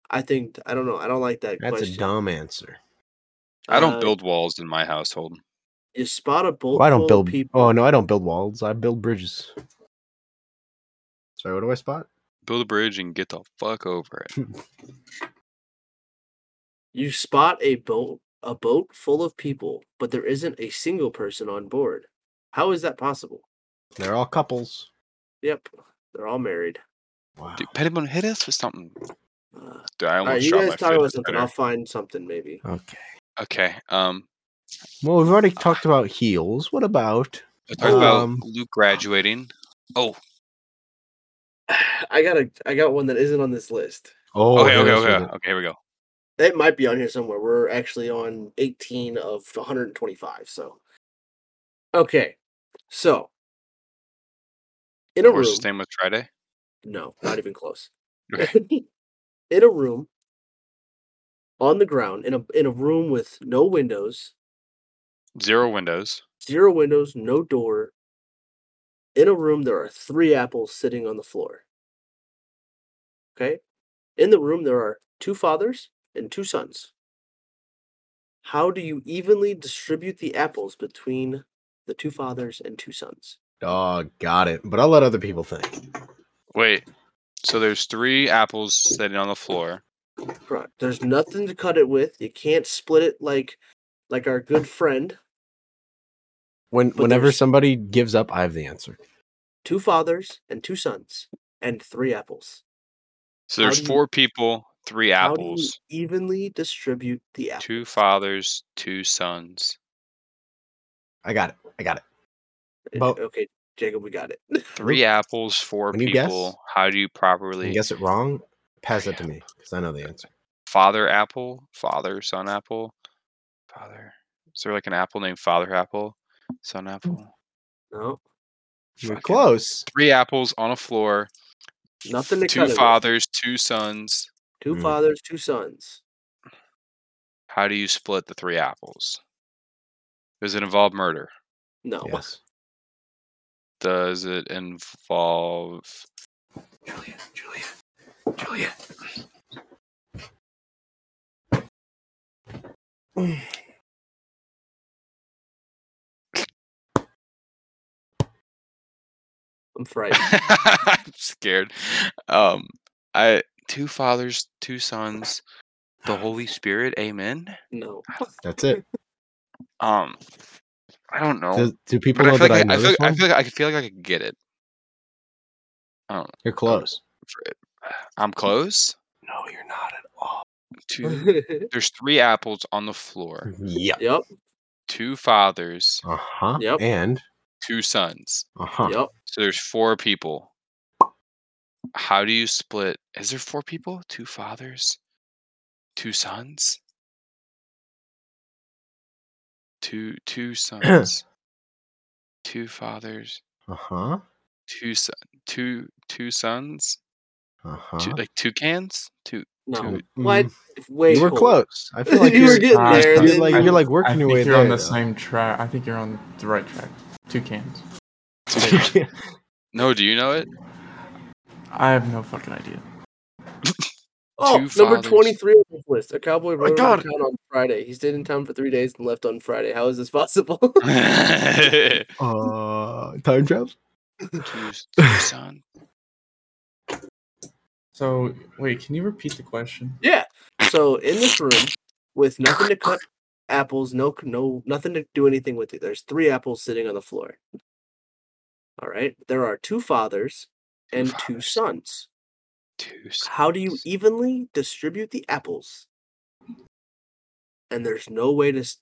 S4: I think I don't know. I don't like that
S2: That's
S4: question.
S2: a dumb answer.
S3: I don't
S4: Uh,
S3: build walls in my household.
S4: You spot a bolt.
S2: Well, I don't
S4: full of
S2: build.
S4: people.
S2: Oh no, I don't build walls. I build bridges. Sorry, what do I spot?
S3: Build a bridge and get the fuck over it.
S4: You spot a boat a boat full of people, but there isn't a single person on board. How is that possible?
S2: They're all couples.
S4: Yep, they're all marmarried.
S2: Wow.
S4: <sighs>
S3: Dude, Pettibone, hit us with something.
S4: Uh,
S3: Dude, I
S4: all
S3: almost
S4: right, you
S3: shot
S4: guys
S3: my
S4: talk about
S3: fist
S4: something.
S3: better.
S4: I'll find something maybe.
S2: Okay.
S3: Okay. Um,
S2: Well, we've already talked about heels. What about?
S3: I talked about
S2: Um,
S3: Luke graduating. Oh,
S4: <sighs> I got a I got one that isn't on this list.
S2: Oh,
S3: okay,
S2: hit
S3: okay,
S2: us with
S3: okay.
S2: it.
S3: Okay, here we go.
S4: It might be on here somewhere. We're actually on 18 of 125, so okay. So in
S3: The
S4: a room,
S3: horse's name was Friday.
S4: no, not even close.
S3: <laughs> Okay.
S4: <laughs> in a room on the ground in a in a room with no windows,
S3: Zero windows.
S4: zero windows, no door. In a room, there are three apples sitting on the floor. Okay? In the room, there are two fathers and two sons. How do you evenly distribute the apples between the two fathers and two sons?
S2: Oh, got it. But I'll let other people think.
S3: Wait. So there's three apples sitting on the floor.
S4: Right. There's nothing to cut it with. You can't split it like like our good friend.
S2: When
S4: But
S2: whenever
S4: there's-
S2: somebody gives up, I have the answer.
S4: Two fathers and two sons and three apples.
S3: So
S4: How
S3: there's
S4: do you-
S3: four people, three apples,
S4: How do you evenly distribute the apples?
S3: two fathers, two sons,
S2: I got it. I got it.
S4: Uh,
S2: Bo-
S4: okay, Jacob, we got it. <laughs>
S3: three apples, four
S2: Can you guess?
S3: people. How do you
S2: If you
S3: properly
S2: guess it wrong, pass that to me because I know the answer.
S3: father apple, father son apple, father? Is there like an apple named father apple, son apple?
S4: No,
S2: You're
S3: Fucking-
S2: close.
S3: Three apples on a floor.
S4: nothing to
S3: Two
S4: cut it with.
S3: fathers, two sons.
S4: Two
S2: Mm.
S4: fathers, two sons.
S3: How do you split the three apples? Does it involve murder?
S4: No,
S2: Yes.
S3: Does it involve <laughs>
S2: Julia, Julia, Julia. <laughs>
S4: I'm frightened.
S3: I'm scared. Um, I two fathers, two sons, the Holy Spirit. Amen.
S4: No. <laughs>
S2: That's it.
S3: Um, I don't know,
S2: Do, do people
S3: but I
S2: know
S3: feel
S2: that I,
S3: like I,
S2: know
S3: I, feel,
S2: this
S3: like- I
S2: one?
S3: feel like I could feel like I could get it.
S2: You're close.
S3: For it. I'm close.
S2: No, you're not at all.
S3: Two.
S4: yep.
S3: There's three apples on the floor.
S2: Yeah.
S3: Two fathers,
S2: Uh huh.
S4: Yep.
S2: And
S3: two sons.
S2: uh huh.
S4: Yep.
S3: So there's four people. How do you split? Is there four people? Two fathers, two sons, two two sons, two fathers,
S2: Uh huh.
S3: two son, two two sons,
S2: Uh
S3: two,
S2: huh.
S3: like two cans, two.
S4: No.
S3: Two-
S4: What?
S2: mm-hmm.
S4: Wait.
S2: You were
S4: hold.
S2: close. I
S4: <laughs>
S2: feel like
S4: You
S2: you're,
S4: were getting
S5: there,
S2: You're
S5: then-
S2: like you're like working
S5: I
S2: your
S5: think
S2: way
S5: you're
S2: there.
S5: on the
S2: though.
S5: same track. I think you're on the right track. Two cans.
S2: <laughs> You can't-
S3: No, do you know it? <laughs>
S5: I have no fucking idea.
S4: Oh,
S3: Two
S4: number
S3: fathers.
S4: 23 on this list. A cowboy
S2: my
S4: rode
S2: God.
S4: around town on Friday. He stayed in town for three days and left on Friday. How is this possible? <laughs>
S3: two,
S2: Uh, time travel.
S3: two sons.
S5: So wait, can you repeat the question?
S4: yeah. So in this room, with nothing to cut apples, no, no, nothing to do anything with it. There's three apples sitting on the floor. All right. There are two fathers
S3: Two
S4: and two
S3: fathers.
S4: sons.
S3: Two sons.
S4: How do you evenly distribute the apples? And there's no way to s-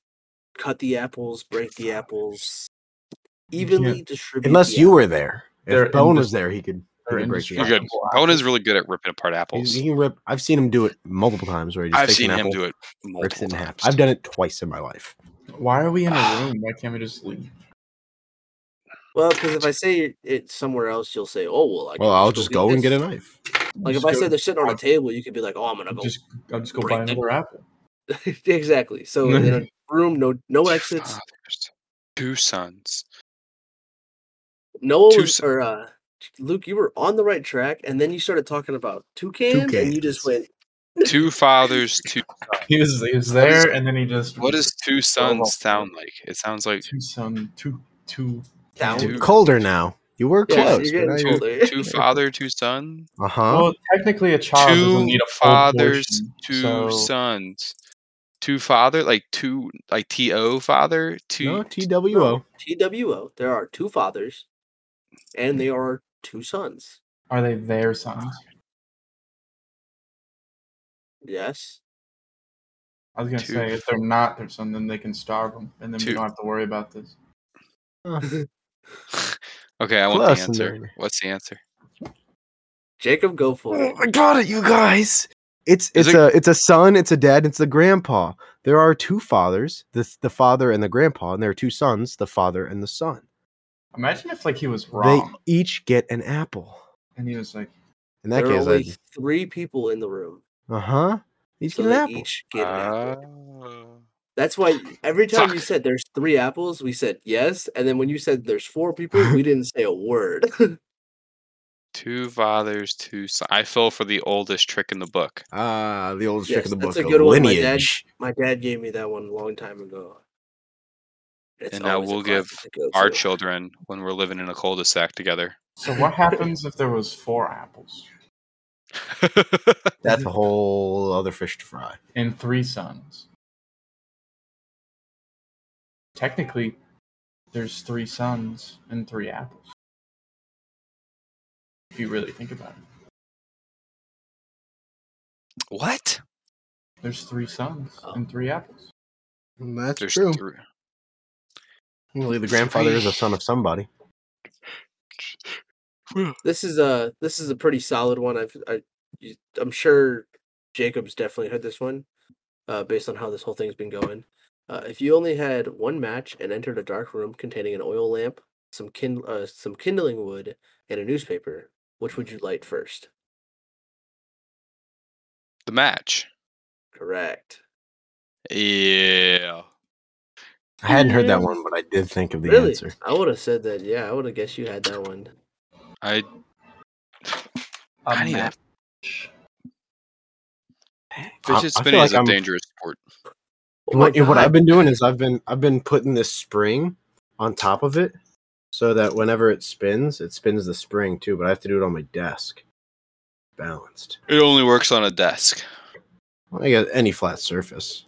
S4: cut the apples, break the apples,
S5: You can't-
S4: evenly distribute.
S2: Unless
S4: the
S2: you were there. If
S5: They're
S2: Bone
S5: indis-
S2: was there, he could.
S5: They're
S2: could break the
S3: You're good.
S5: indestructible
S3: Conan is
S5: apples.
S3: really good at ripping apart
S2: He,
S3: apples.
S2: he can rip. I've seen him do it multiple times. Where he just
S3: I've
S2: takes
S3: seen
S2: an
S3: him
S2: apple,
S3: do it
S2: rips
S3: multiple
S2: it in half.
S3: times.
S2: I've done it twice in my life.
S5: Why are we in a room? Why can't we just leave?
S4: Well, because if I say it somewhere else, you'll say, "Oh, well, I
S2: Well,
S4: can
S2: I'll just
S4: go
S2: go and
S4: this."
S2: get a knife.
S4: Like if
S5: Just
S4: I
S5: go-
S4: said they're sitting on a table, you could be like, "Oh, I'm gonna go."
S5: just I'll just go
S4: break
S5: buy
S4: them.
S5: another apple.
S4: <laughs> exactly. So in
S2: <laughs>
S4: a room, no, no
S3: Two
S4: exits.
S3: fathers, Two sons.
S4: Noah
S3: Two s-
S4: was, or uh, Luke, you were on the right track, and then you started talking about toucans, and you just went,
S3: Two fathers, two.
S5: He was he was
S3: is-
S5: there, and then he just
S3: What does
S5: <laughs>
S3: two
S5: well.
S3: sons sound like? It sounds like
S5: two son two two
S4: Down.
S5: cans.
S3: Dude.
S2: It's colder now. You were
S4: Yeah,
S2: close.
S4: you're getting eh?
S2: Uh
S4: cold. <laughs>
S3: two,
S5: <laughs>
S3: two father, two son.
S2: huh.
S5: Well, technically, a child doesn't
S3: Two
S5: need a full
S3: fathers,
S5: portion,
S3: two
S5: so
S3: sons. Two father, like two, like T O father. Two.
S2: No, T W O.
S4: "TWO." There are two fathers, and they are two sons.
S5: are they their sons?
S4: Yes.
S5: I was gonna
S3: Two-
S5: say if they're not their son, then they can starve them, and then
S3: Two-
S5: we don't have to worry about this.
S4: <laughs>
S3: Okay, I want the
S2: Close in
S3: answer.
S2: there.
S3: What's the answer?
S4: Jacob, go for
S2: Oh,
S4: it.
S2: I got it, you guys. It's
S3: Is
S2: it's
S3: it-
S2: a it's a son, it's a dad, it's a grandpa. There are two fathers, the the father and the grandpa, and there are two sons, the father and the son.
S5: Imagine if like he was wrong,
S2: They each get an apple.
S5: and he was like,
S2: In that
S4: there are only
S2: case,
S4: three people in the room,
S2: uh huh. Each
S4: so
S2: get an
S4: they
S2: apple. Ah.
S4: each get an apple.
S3: Oh.
S4: That's why every time you
S3: Fuck.
S4: said there's three apples, we said yes, and then when you said there's four people,
S2: <laughs>
S4: we didn't say a word.
S3: Two fathers, two sons. I fell for the oldest trick in the book.
S2: Ah, the oldest
S4: Yes,
S2: trick of the
S4: that's
S2: book,
S4: a
S2: a
S4: good one, my dad.
S2: lineage.
S4: My dad gave me that one a long time ago. It's
S3: And I
S4: always a
S3: will give
S4: classic to go
S3: Our
S4: to.
S3: children, when we're living in a cul-de-sac together. <laughs>
S5: "So what happens if there was four apples
S2: That's a whole other fish to fry.
S5: and three sons? Technically, there's three sons and three apples. If you really think about it,
S3: what?
S5: there's three sons and three apples.
S2: Mm, That's
S3: There's three.
S2: Really, the grandfather is a son of somebody.
S4: This is a this is a pretty solid one. I've I, you- I'm sure Jacob's definitely heard this one, uh, based on how this whole thing's been going. Uh, if you only had one match and entered a dark room containing an oil lamp, some kind uh, some kindling wood, and a newspaper, which would you light first?
S3: The match.
S4: Correct.
S3: Yeah.
S2: I hadn't heard that one, but I did think of the
S4: Mm-hmm. really?
S2: answer.
S4: I would have said that. Yeah, I would have guessed you had that one.
S3: I
S5: A
S3: I need that.
S5: match.
S3: Fidget
S2: I feel
S3: spinning
S2: like
S3: is a
S2: I'm-
S3: dangerous sport.
S4: Oh my
S2: what, what I've
S4: God.
S2: been doing is I've been I've been putting this spring on top of it so that whenever it spins, it spins the spring too, but I have to do it on my desk. Balanced.
S3: It only works on a desk.
S2: Well, I got any flat surface.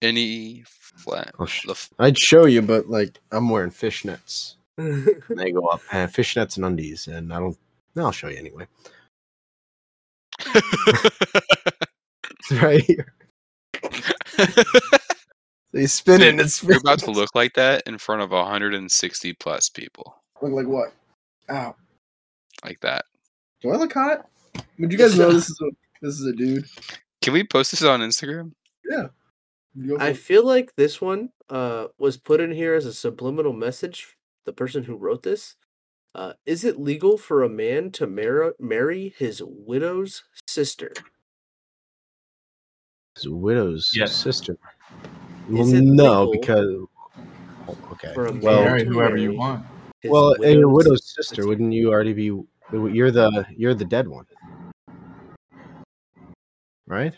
S3: Any flat.
S2: Oh, <laughs>
S3: The f-
S2: I'd show you, but like I'm wearing fishnets.
S4: <laughs> I
S2: And they go up. And fishnets and undies, and I don't no, I'll show you anyway. <laughs> It's right here. They
S3: <laughs>
S2: spin it and it's
S3: You're about to look like that in front of 160 plus people.
S2: look like what? Ow.
S3: Like that.
S2: Do I look hot? Would
S3: <laughs>
S2: you
S4: guys know this
S2: is a this is a dude?
S3: Can we post this on Instagram?
S2: Mm-hmm.
S4: feel like this one uh, was put in here as a subliminal message. The person who wrote this. Uh, is it legal for a man to mar- marry his widow's sister?
S2: His widow's
S5: Yeah.
S2: sister. Well,
S4: it
S2: no,
S4: legal
S2: because oh, okay.
S4: for a
S5: You can
S4: Well-
S5: marry whoever you
S4: Marry.
S5: want.
S4: His
S2: well, and your widow's sister,
S4: sister.
S2: wouldn't you already be? You're the you're the dead one, right?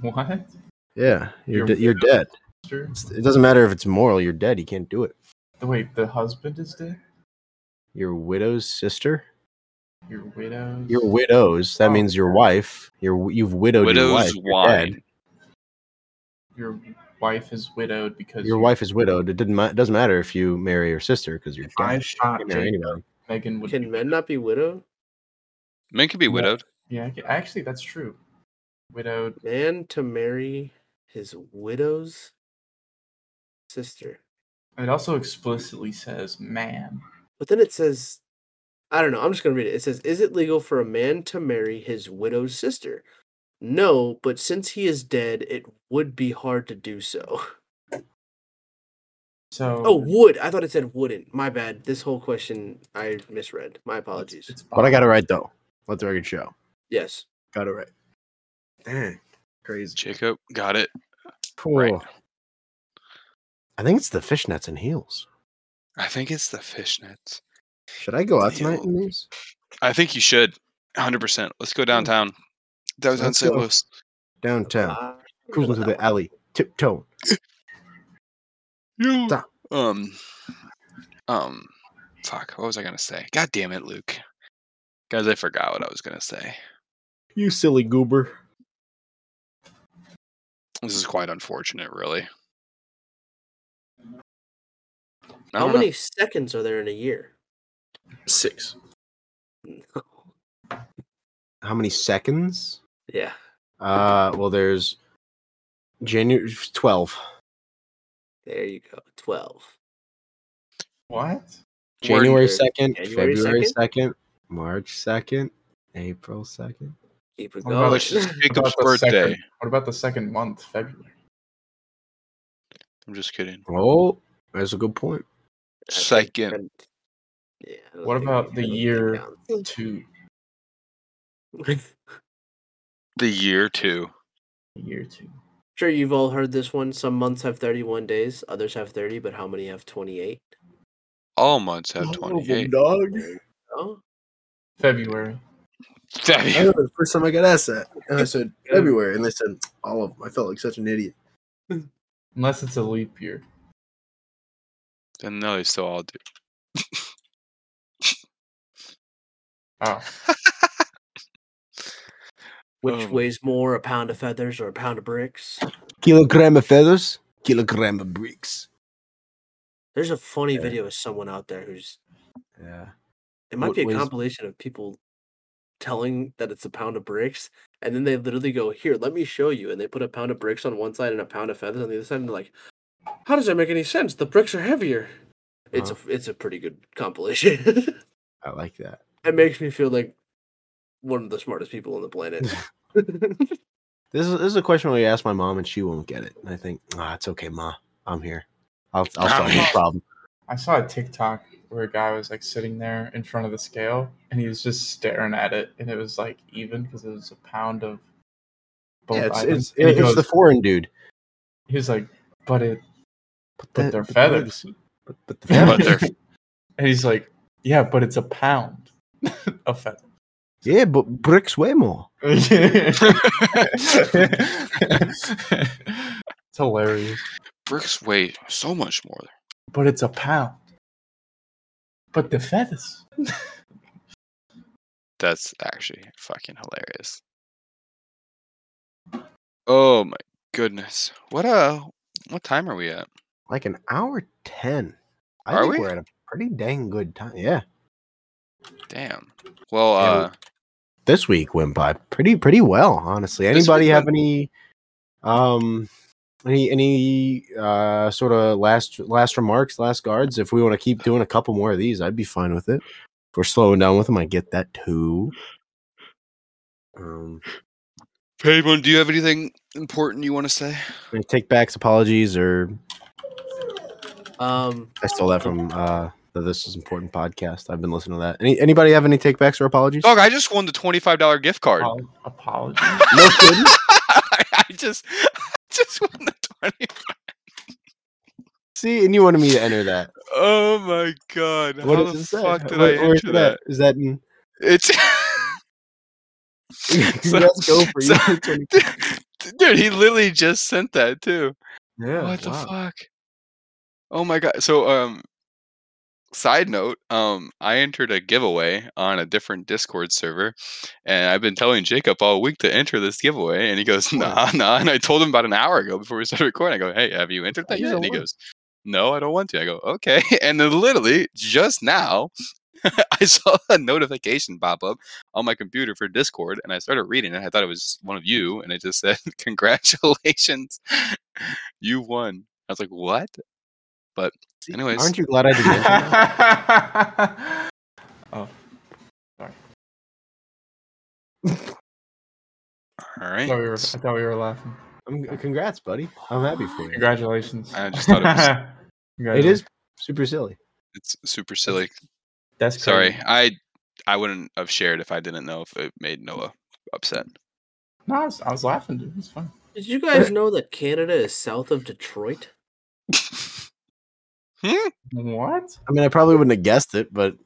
S5: What?
S2: Yeah,
S5: Your
S2: you're de- you're
S5: widow.
S2: dead.
S5: Sure.
S2: It's- It doesn't matter if it's moral. You're dead. You can't do it.
S5: Wait, the husband is dead.
S2: Your widow's sister.
S5: Your widow.
S2: Your widows. That
S5: Oh.
S2: means your wife. Your you've widowed your wife.
S3: Widow's
S2: You're dead.
S3: wine.
S5: your wife is widowed because
S2: Your
S5: you-
S2: wife is widowed. It didn't ma- doesn't matter if you marry your sister because you're
S5: If I
S2: dead.
S5: shot
S2: You can marry
S5: Jacob,
S2: anybody.
S5: Megan would.
S4: Can men not be widowed?
S3: Men can be
S5: No.
S3: widowed.
S5: Yeah, I ca- actually, that's true. Widowed.
S4: Man to marry his widow's sister.
S5: It also explicitly says man.
S4: But then it says, I don't know, I'm just going to read it. It says, Is it legal for a man to marry his widow's sister? No, but since he is dead, it would be hard to do so. <laughs>
S5: So.
S4: Oh, would. I thought it said wouldn't. My bad. This whole question I misread. My apologies.
S2: But I got it right though. Let the record show.
S4: Yes.
S2: Got it right. Dang, crazy.
S3: Jacob got it.
S2: Cool.
S3: Right.
S2: I think it's the fishnets and heels.
S3: I think it's the fishnets.
S2: Should I go out tonight
S3: Heel.
S2: in these?
S3: I think you should. 100%. Let's go downtown. Downtown
S2: Let's
S3: St.
S2: go.
S3: Louis.
S2: Downtown,
S4: Ah,
S2: cruising
S4: <laughs>
S2: through the alley, tiptoeing.
S3: You.
S2: Stop.
S3: Um. Um. Fuck. What was I gonna say? God damn it, Luke. Guys, I forgot what I was gonna say.
S2: You silly goober.
S3: This is quite unfortunate, really. I
S4: How
S3: don't know.
S4: many seconds are there in a year? <laughs>
S5: six.
S2: How many seconds?
S4: yeah.
S2: Uh, well, there's January twelve.
S4: There you go. 12.
S5: What?
S3: Word.
S2: January second,
S4: January
S2: February
S4: 2nd?
S2: second, March second, April second.
S4: Keep it
S5: What about
S4: going. <laughs>
S3: Which is
S5: What about
S3: Jacob's
S5: the
S3: birthday.
S5: second- what about the second month, February?
S3: I'm just kidding.
S2: Oh, that's a good point.
S4: I think
S3: Second.
S4: I'm- Yeah. I don't
S5: What
S4: think-
S5: about
S4: I don't
S5: the
S4: think
S5: year
S4: counts.
S5: Two.
S3: The year two.
S5: Year two.
S4: <laughs> sure, you've all heard this one. Some months have 31 days, others have 30, but how many have 28?
S3: All months
S2: Oh,
S3: have <laughs> 28.
S2: dog.
S4: Oh,
S5: February.
S2: I remember the first time I got asked that, and I said February, and they said all of them. I felt like such an idiot.
S5: Unless it's a leap year.
S3: Then no, they still all do.
S5: Oh,
S4: which
S3: Oh.
S4: weighs more, a pound of feathers or a pound of bricks?
S2: Kilogram of feathers, kilogram of bricks.
S4: There's a funny
S2: Yeah.
S4: video of someone out there who's.
S2: Yeah.
S4: It might
S2: What
S4: be a
S2: weighs-
S4: compilation of people telling that it's a pound of bricks, and then they literally go, "Here, let me show you," and they put a pound of bricks on one side and a pound of feathers on the other side, and they're like, "How does that make any sense? The bricks are heavier." It's a
S2: Huh.
S4: it's a pretty good compilation. <laughs>
S2: I like that.
S4: it makes me feel like one of the smartest people on the <laughs> planet.
S2: This is, this is a question we asked my mom, and she won't get it. And I think, ah, it's okay, ma. I'm here. I'll, I'll solve this problem.
S5: I saw a TikTok where a guy was like sitting there in front of the scale and he was just staring at it and it was like even because it was a pound of both
S2: Yeah, it's,
S5: items.
S2: it's,
S5: And he,
S2: it's
S5: goes,
S2: the foreign dude.
S5: he was like, but it, but,
S2: that-
S5: they're
S2: but they're the
S5: feathers.
S2: But, but the
S3: But
S2: feathers.
S3: they're
S5: <laughs> And he's like, yeah, but it's a pound <laughs> of feathers.
S2: <laughs> yeah, but bricks way more.
S5: so It's hilarious.
S3: Bricks weigh so much more.
S5: But it's a pound. But the feathers.
S3: That's actually fucking hilarious. Oh my goodness. What uh what time are we at?
S2: Like an hour ten. I
S3: Are
S2: think
S3: we?
S2: are at a pretty dang good time. Yeah.
S3: Damn. Well uh
S2: This week went by pretty pretty well, honestly.
S3: This
S2: Anybody
S3: week
S2: have
S3: went-
S2: any um any any uh sort of last last remarks, last guards? If we want to keep doing a couple more of these, I'd be fine with it. If we're slowing down with them, I get that too. Um
S3: Pavement, do you have anything important you want to say?
S2: any take backs, apologies, or
S4: Um,
S2: I stole that from uh the This Is Important podcast. I've been listening to that. Any anybody have any take backs or apologies?
S3: Dog, I just won the twenty-five dollar gift card.
S5: Apol- Apologies.
S2: No kidding.
S3: <laughs> I just, I just won the twenty.
S2: See, and you wanted me to enter that.
S3: Oh my god!
S2: What
S3: How
S2: does
S3: the
S2: it say?
S3: fuck did
S2: Where-
S3: I
S2: where's
S3: enter
S2: it
S3: that?
S2: at? Is that in <laughs>
S3: It's So-
S2: let's go for
S3: so-
S2: you? 20
S3: <laughs> dude. He literally just sent that too.
S5: yeah.
S3: what the
S2: wow.
S3: fuck? Oh my god. So um side note, um I entered a giveaway on a different Discord server and I've been telling Jacob all week to enter this giveaway and he goes, <laughs> "Nah, nah." And I told him about an hour ago before we started recording. I go, "Hey, have you entered that
S2: you
S3: yet?"
S2: don't
S3: And he
S2: want-
S3: goes, "No, I don't want to." I go, "Okay." <laughs> And then literally just now <laughs> I saw a notification pop up on my computer for Discord, and I started reading it. I thought it was one of you, and it just said, <laughs> "Congratulations, you won." I was like, "What?" But anyways,
S2: Aren't you glad I didn't? enter that?
S5: oh,
S3: all
S5: I
S3: right.
S5: thought, we were, I thought we were laughing.
S2: <laughs> I'm, uh, congrats, buddy. I'm happy for you.
S5: Congratulations.
S3: I just thought it
S5: <laughs>
S3: was-
S2: It
S5: Congratulations.
S2: is super silly.
S3: It's super silly.
S5: That's
S3: Sorry,
S5: crazy.
S3: I I wouldn't have shared if I didn't know if it made Noah
S4: <laughs>
S3: upset.
S5: No, I was, I was laughing, dude. It's fun.
S4: did you guys know that Canada is south of Detroit? Oh
S3: Hmm?
S5: What?
S2: I mean, I probably wouldn't have guessed it, but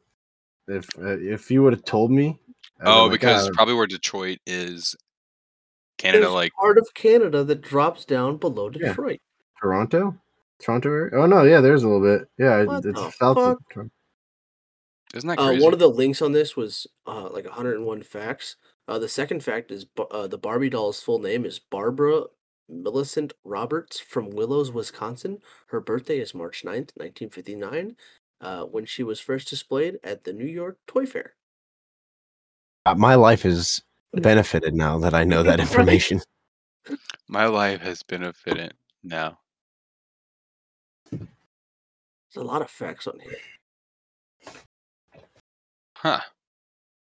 S2: if uh, if you would have told me, I would've
S3: Oh,
S2: been like,
S3: because
S2: "Ah,
S3: probably where Detroit is, Canada,
S4: There's
S3: like
S4: part of Canada that drops down below
S2: Yeah.
S4: Detroit.
S2: Toronto, Toronto. area? Oh no, yeah, there's a little bit. Yeah,
S4: What
S2: it's
S4: the
S2: south of
S4: fuck?
S2: Toronto.
S3: isn't that
S4: Uh,
S3: crazy?
S4: one of the links on this was uh, like 101 facts. Uh, the second fact is Ba- uh, the Barbie doll's full name is Barbara Millicent Roberts from Willows, Wisconsin. Her birthday is March 9th, 1959, uh, when she was first displayed at the New York Toy Fair.
S2: Uh, My life is benefited now that I know that
S4: <laughs> Right.
S2: information.
S3: My life has benefited now.
S4: There's a lot of facts on here.
S3: Huh.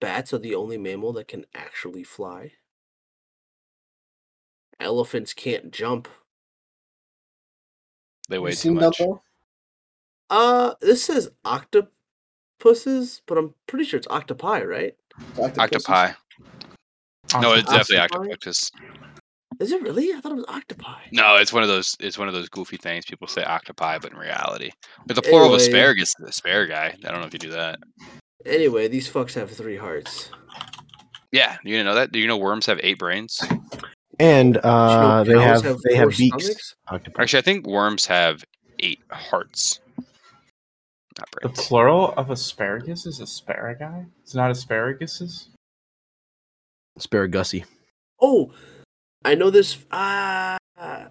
S4: Bats are the only mammal that can actually fly. Elephants can't jump.
S3: They weigh too much.
S4: Uh, this says octopuses, but I'm pretty sure it's octopi, right?
S3: Octopi. No, it's definitely
S4: Octopi?
S3: octopus.
S4: Is it really? I thought it was octopi.
S3: No, it's one of those. It's one of those goofy things. People say octopi, but in reality, it's a plural of
S4: Anyway.
S3: asparagus. Asparagus. I don't know if you do that.
S4: Anyway, these fucks have three hearts.
S3: Yeah, you didn't know that. Do you know worms have eight brains?
S2: And
S4: Did you know
S2: uh, they
S4: cows
S2: have they have
S4: four
S2: beaks.
S4: stomachs?
S2: Octopi.
S3: Actually, I think worms have eight hearts, not
S5: The
S3: brains.
S5: plural of asparagus is asparagus. It's not asparaguses.
S2: Asparagusy.
S4: Oh, I know this. Ah, nah,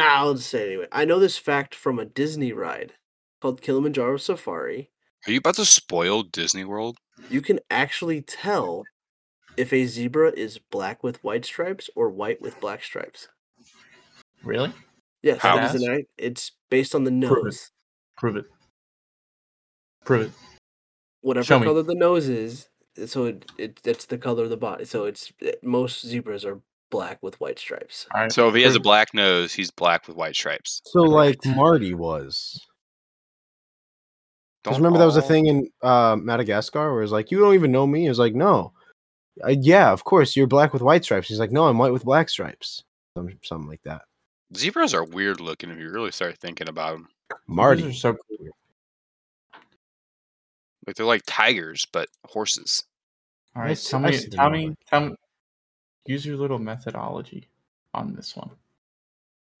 S4: I'll just say it anyway. I know this fact from a Disney ride called Kilimanjaro Safari.
S3: Are you about to spoil Disney World?
S4: You can actually tell if a zebra is black with white stripes or white with black stripes.
S5: Really?
S4: Yes,
S3: How?
S4: that is an act. It's based on the
S5: Prove it.
S4: nose.
S5: Prove it. Prove it.
S4: Whatever
S5: Show me.
S4: color the nose is, eh, so it, it that's the color of the body. So it's it- most zebras are black with white stripes.
S5: All right.
S3: So if he has a
S5: prove it.
S3: black nose, he's black with white stripes.
S2: So like
S4: Correct.
S2: Marty was. Because
S3: Don't
S2: remember that was a
S3: all-
S2: thing in uh, Madagascar where it's like, you don't even know me. It was like, no. I, yeah, of course, you're black with white stripes. He's like, no, I'm white with black stripes. Some, something like that.
S3: Zebras are weird looking if you really start thinking about them.
S2: Marty.
S5: These are so cool.
S4: Mm.
S3: Like they're like tigers, but horses.
S5: All
S2: I
S5: right.
S2: see-
S5: Tell
S2: I
S5: me.
S2: see the
S5: Tell
S2: number.
S5: me. Tell me. Use your little methodology on this one.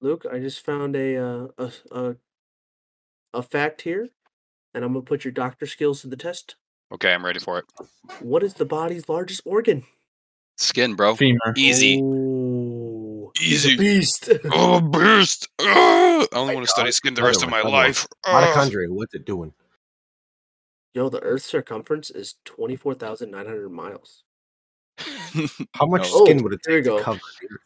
S4: Luke, I just found a uh, a s- a, a fact here, and I'm gonna put your doctor skills to the test.
S3: Okay, I'm ready for it.
S4: What is the body's largest organ?
S3: Skin, bro.
S5: Femur.
S3: Easy.
S4: Ooh,
S3: Easy.
S4: beast. <laughs>
S3: Oh, beast. Ah, I only want to study skin the
S2: Another
S3: rest of
S2: one,
S3: my
S2: another
S3: life. Ah.
S2: Mitochondria, what's it doing?
S4: Yo, the Earth's circumference is twenty four thousand nine hundred miles.
S3: <laughs>
S2: How much
S3: No.
S2: skin
S4: Oh,
S2: would it
S4: here we
S2: take to
S4: go.
S2: cover? the Earth?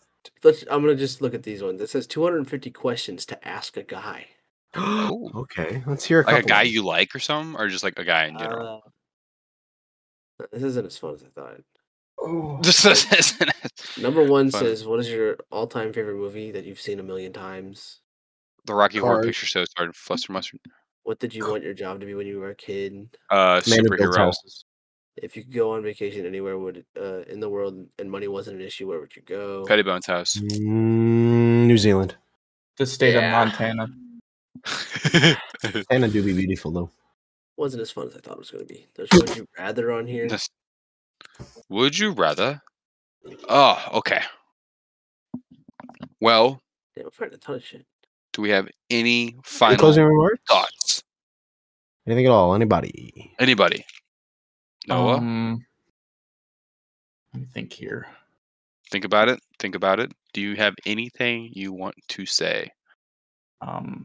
S4: Let's, I'm gonna just look at these ones. It says two hundred and fifty questions to ask a guy.
S2: <gasps>
S3: Ooh.
S2: okay, let's hear a couple.
S3: Like a guy
S2: of them.
S3: you like or something, or just like a guy in general.
S4: Uh, this isn't as fun as I thought.
S3: <laughs>
S4: Oh.
S3: Just <laughs> that's
S4: Number one
S3: Fun.
S4: says, "What is your all-time favorite movie that you've seen a million times?
S3: the Rocky Horror
S2: Cars.
S3: Picture Show started Fluster Mustard.
S4: What did you want your job to be when you were a kid?
S3: Uh,
S2: Man who builds
S3: superhero.
S2: houses.
S4: If you could go on vacation anywhere would uh, in the world and money wasn't an issue, where would you go?
S3: Pettibone's house.
S2: Mm, New Zealand.
S5: The state
S4: Yeah.
S5: of Montana.
S2: Anna do be beautiful though.
S4: Wasn't as fun as I thought it was going to be. There's would you rather on here.
S3: <laughs> This- Would you rather? Oh, okay. Well,
S4: Damn, I'm finding a ton of shit. <laughs>
S3: do we have any
S2: Any closing
S3: final
S2: remarks?
S3: thoughts?
S2: Anything at all? Anybody?
S3: Anybody? Noah,
S5: Um, let me think here.
S3: think about it. Think about it. Do you have anything you want to say?
S5: Um,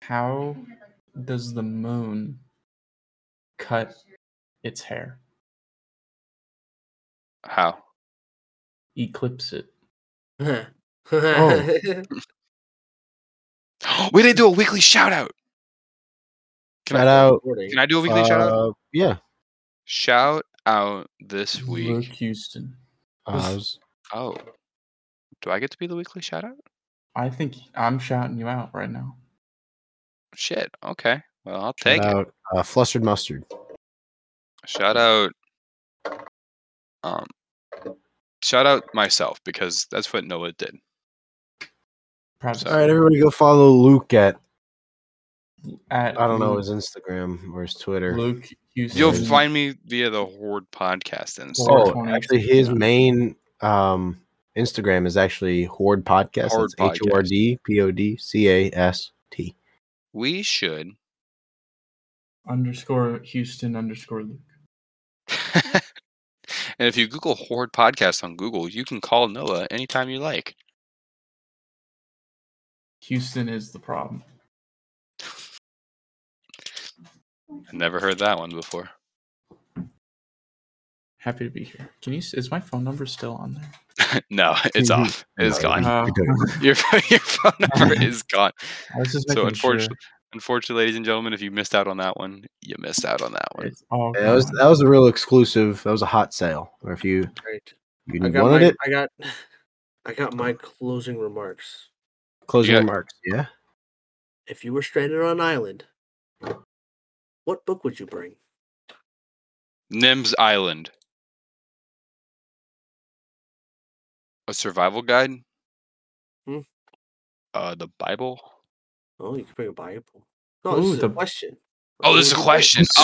S5: how does the moon cut its hair?
S3: How? <gasps>
S5: Eclipse it.
S3: we didn't do a weekly shout out. Can
S2: Shout
S3: I,
S2: out.
S4: Recording.
S3: Can I do a weekly shout out?
S2: uh, Yeah.
S3: Shout out this
S5: Luke
S3: week.
S5: Houston.
S2: Uh, I was-
S3: Oh, do I get to be the weekly shout out?
S5: I think I'm shouting you out right now.
S3: Shit. Okay. Well, I'll take
S2: shout
S3: it.
S2: out uh, Flustered Mustard.
S3: Shout out. Um, shout out myself because that's what Noah did.
S5: Perhaps
S2: All right, everybody go follow Luke at,
S5: at
S2: I don't know,
S5: Luke,
S2: his Instagram or his Twitter.
S5: Luke Houston.
S3: You'll find me via the Horde podcast and
S5: Horde.
S2: Oh,
S5: 420.
S2: actually, his main um, Instagram is actually Horde Podcast.
S3: Horde
S2: That's H O R D P O D C A S T.
S3: we should.
S5: underscore Houston underscore Luke.
S3: and <laughs> if you Google Horde podcast on Google, you can call Noah anytime you like.
S5: Houston is the problem.
S3: I never heard that one before. <laughs>
S5: Happy to be here. Can you? s- Is my phone number still on there?
S3: no, it's
S2: Mhm.
S3: off. It's
S2: No,
S3: gone.
S5: Uh,
S2: you're good.
S3: <laughs> your, phone- your phone number is gone.
S5: I was just
S3: So
S5: making
S3: unfortunately, unfortunately, ladies and gentlemen, if you missed out on that one, you missed out on that
S5: sure.
S3: one.
S5: It's all
S2: Yeah, that was
S5: gone.
S2: that was a real exclusive. That was a hot sale. Or if you
S4: Great.
S2: you
S4: I
S2: wanted
S4: got my,
S2: it,
S4: I got, I got my closing remarks.
S2: closing
S3: Yeah.
S2: remarks.
S5: <laughs>
S2: Yeah.
S4: If you were stranded on an island, what book would you bring?
S3: Nims Island. A survival guide?
S4: Hmm.
S3: Uh, the Bible?
S4: Oh, you could bring a Bible. No, this
S5: Ooh,
S4: is a
S5: the-
S4: question.
S3: Oh, this is a
S4: What would you bring?
S3: question.
S2: <laughs>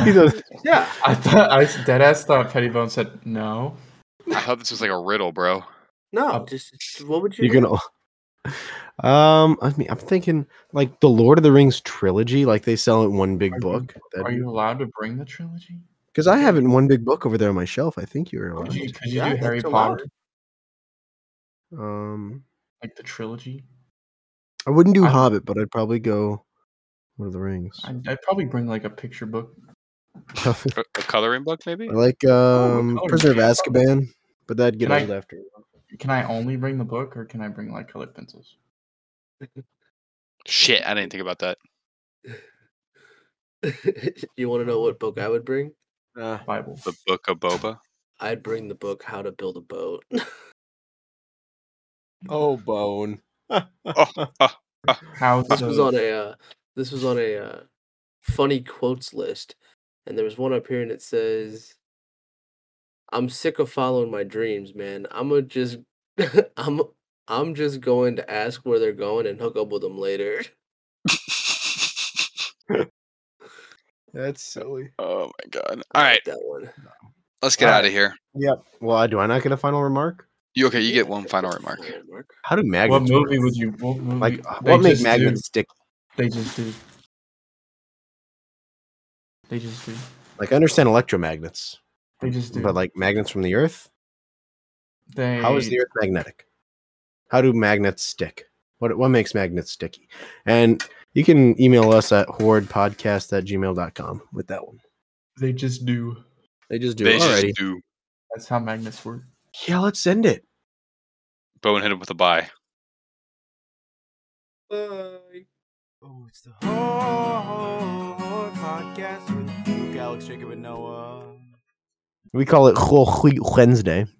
S3: Oh,
S2: He does-
S4: Yeah.
S5: I thought I dead ass thought Pettibone said no.
S3: I thought this was like a riddle, bro.
S4: No,
S2: Oh.
S5: Up.
S4: just just- what would you?
S2: you
S4: do?
S2: can. Um, I mean, I'm thinking like the Lord of the Rings trilogy. Like they sell it in one big
S5: Are you-
S2: book.
S5: Are you allowed to bring the trilogy?
S2: Because I have it in one big book over there on my shelf. I think you're
S5: Could
S2: allowed.
S5: you, could you
S4: Yeah,
S5: do Harry
S4: that's allowed.
S5: Potter
S2: Um,
S5: like the trilogy?
S2: I wouldn't do
S5: I-
S2: Hobbit, but I'd probably go Lord of the Rings. <laughs>
S5: I'd, I'd probably bring like a picture book. <laughs>
S3: A, a coloring book,
S2: <laughs>
S3: maybe?
S2: I like um,
S5: color
S2: Prisoner of
S5: scheme.
S2: Azkaban, but that'd get
S5: Can I-
S2: old after. a while.
S5: Can I only bring the book, or can I bring like colored pencils?
S3: Shit, I didn't think about that.
S4: <laughs> you want to know what book I would bring?
S5: Bible.
S3: The Book of Boba.
S4: I'd bring the book How to Build a Boat. <laughs>
S2: Uh-huh. Oh, bone.
S3: Oh, oh,
S5: How
S4: this was
S5: to-
S4: on a uh, this was on a uh, funny quotes list, and there was one up here, and it says, "I'm sick of following my dreams, man. I'm gonna just <laughs> I'm I'm just going to ask where they're going and hook up with them later." <laughs>
S2: That's silly.
S3: oh my god.
S4: I
S3: All right,
S4: like that one.
S3: let's get
S2: All
S3: out of here.
S2: Yep. Well, I do I not get a final remark?
S3: You okay? You
S4: Yeah,
S3: get one
S4: that-
S3: final
S4: that's a
S3: remark.
S4: final remark.
S2: How do
S5: What
S2: magnets
S5: movie
S2: work?
S5: would you? What movie,
S2: like?
S5: they
S2: What make
S5: just do-
S2: magnets stick?
S5: They just do. They just do.
S2: Like I understand electromagnets,
S5: They just do.
S2: but like magnets from the Earth.
S5: they,
S2: How is the Earth magnetic? How do magnets stick? What what makes magnets sticky? And you can email us at hordepodcast at gmail.com with that one.
S5: They just do.
S2: They just do
S3: They
S2: it
S3: just
S2: already.
S3: do
S5: That's how magnets work.
S2: Yeah, let's send it.
S3: Bowen hit him with a bye.
S4: Bye.
S1: Oh, it's the Horde Podcast with Luke, Alex, Jacob, and Noah.
S2: We call it Whole Wheat Wednesday.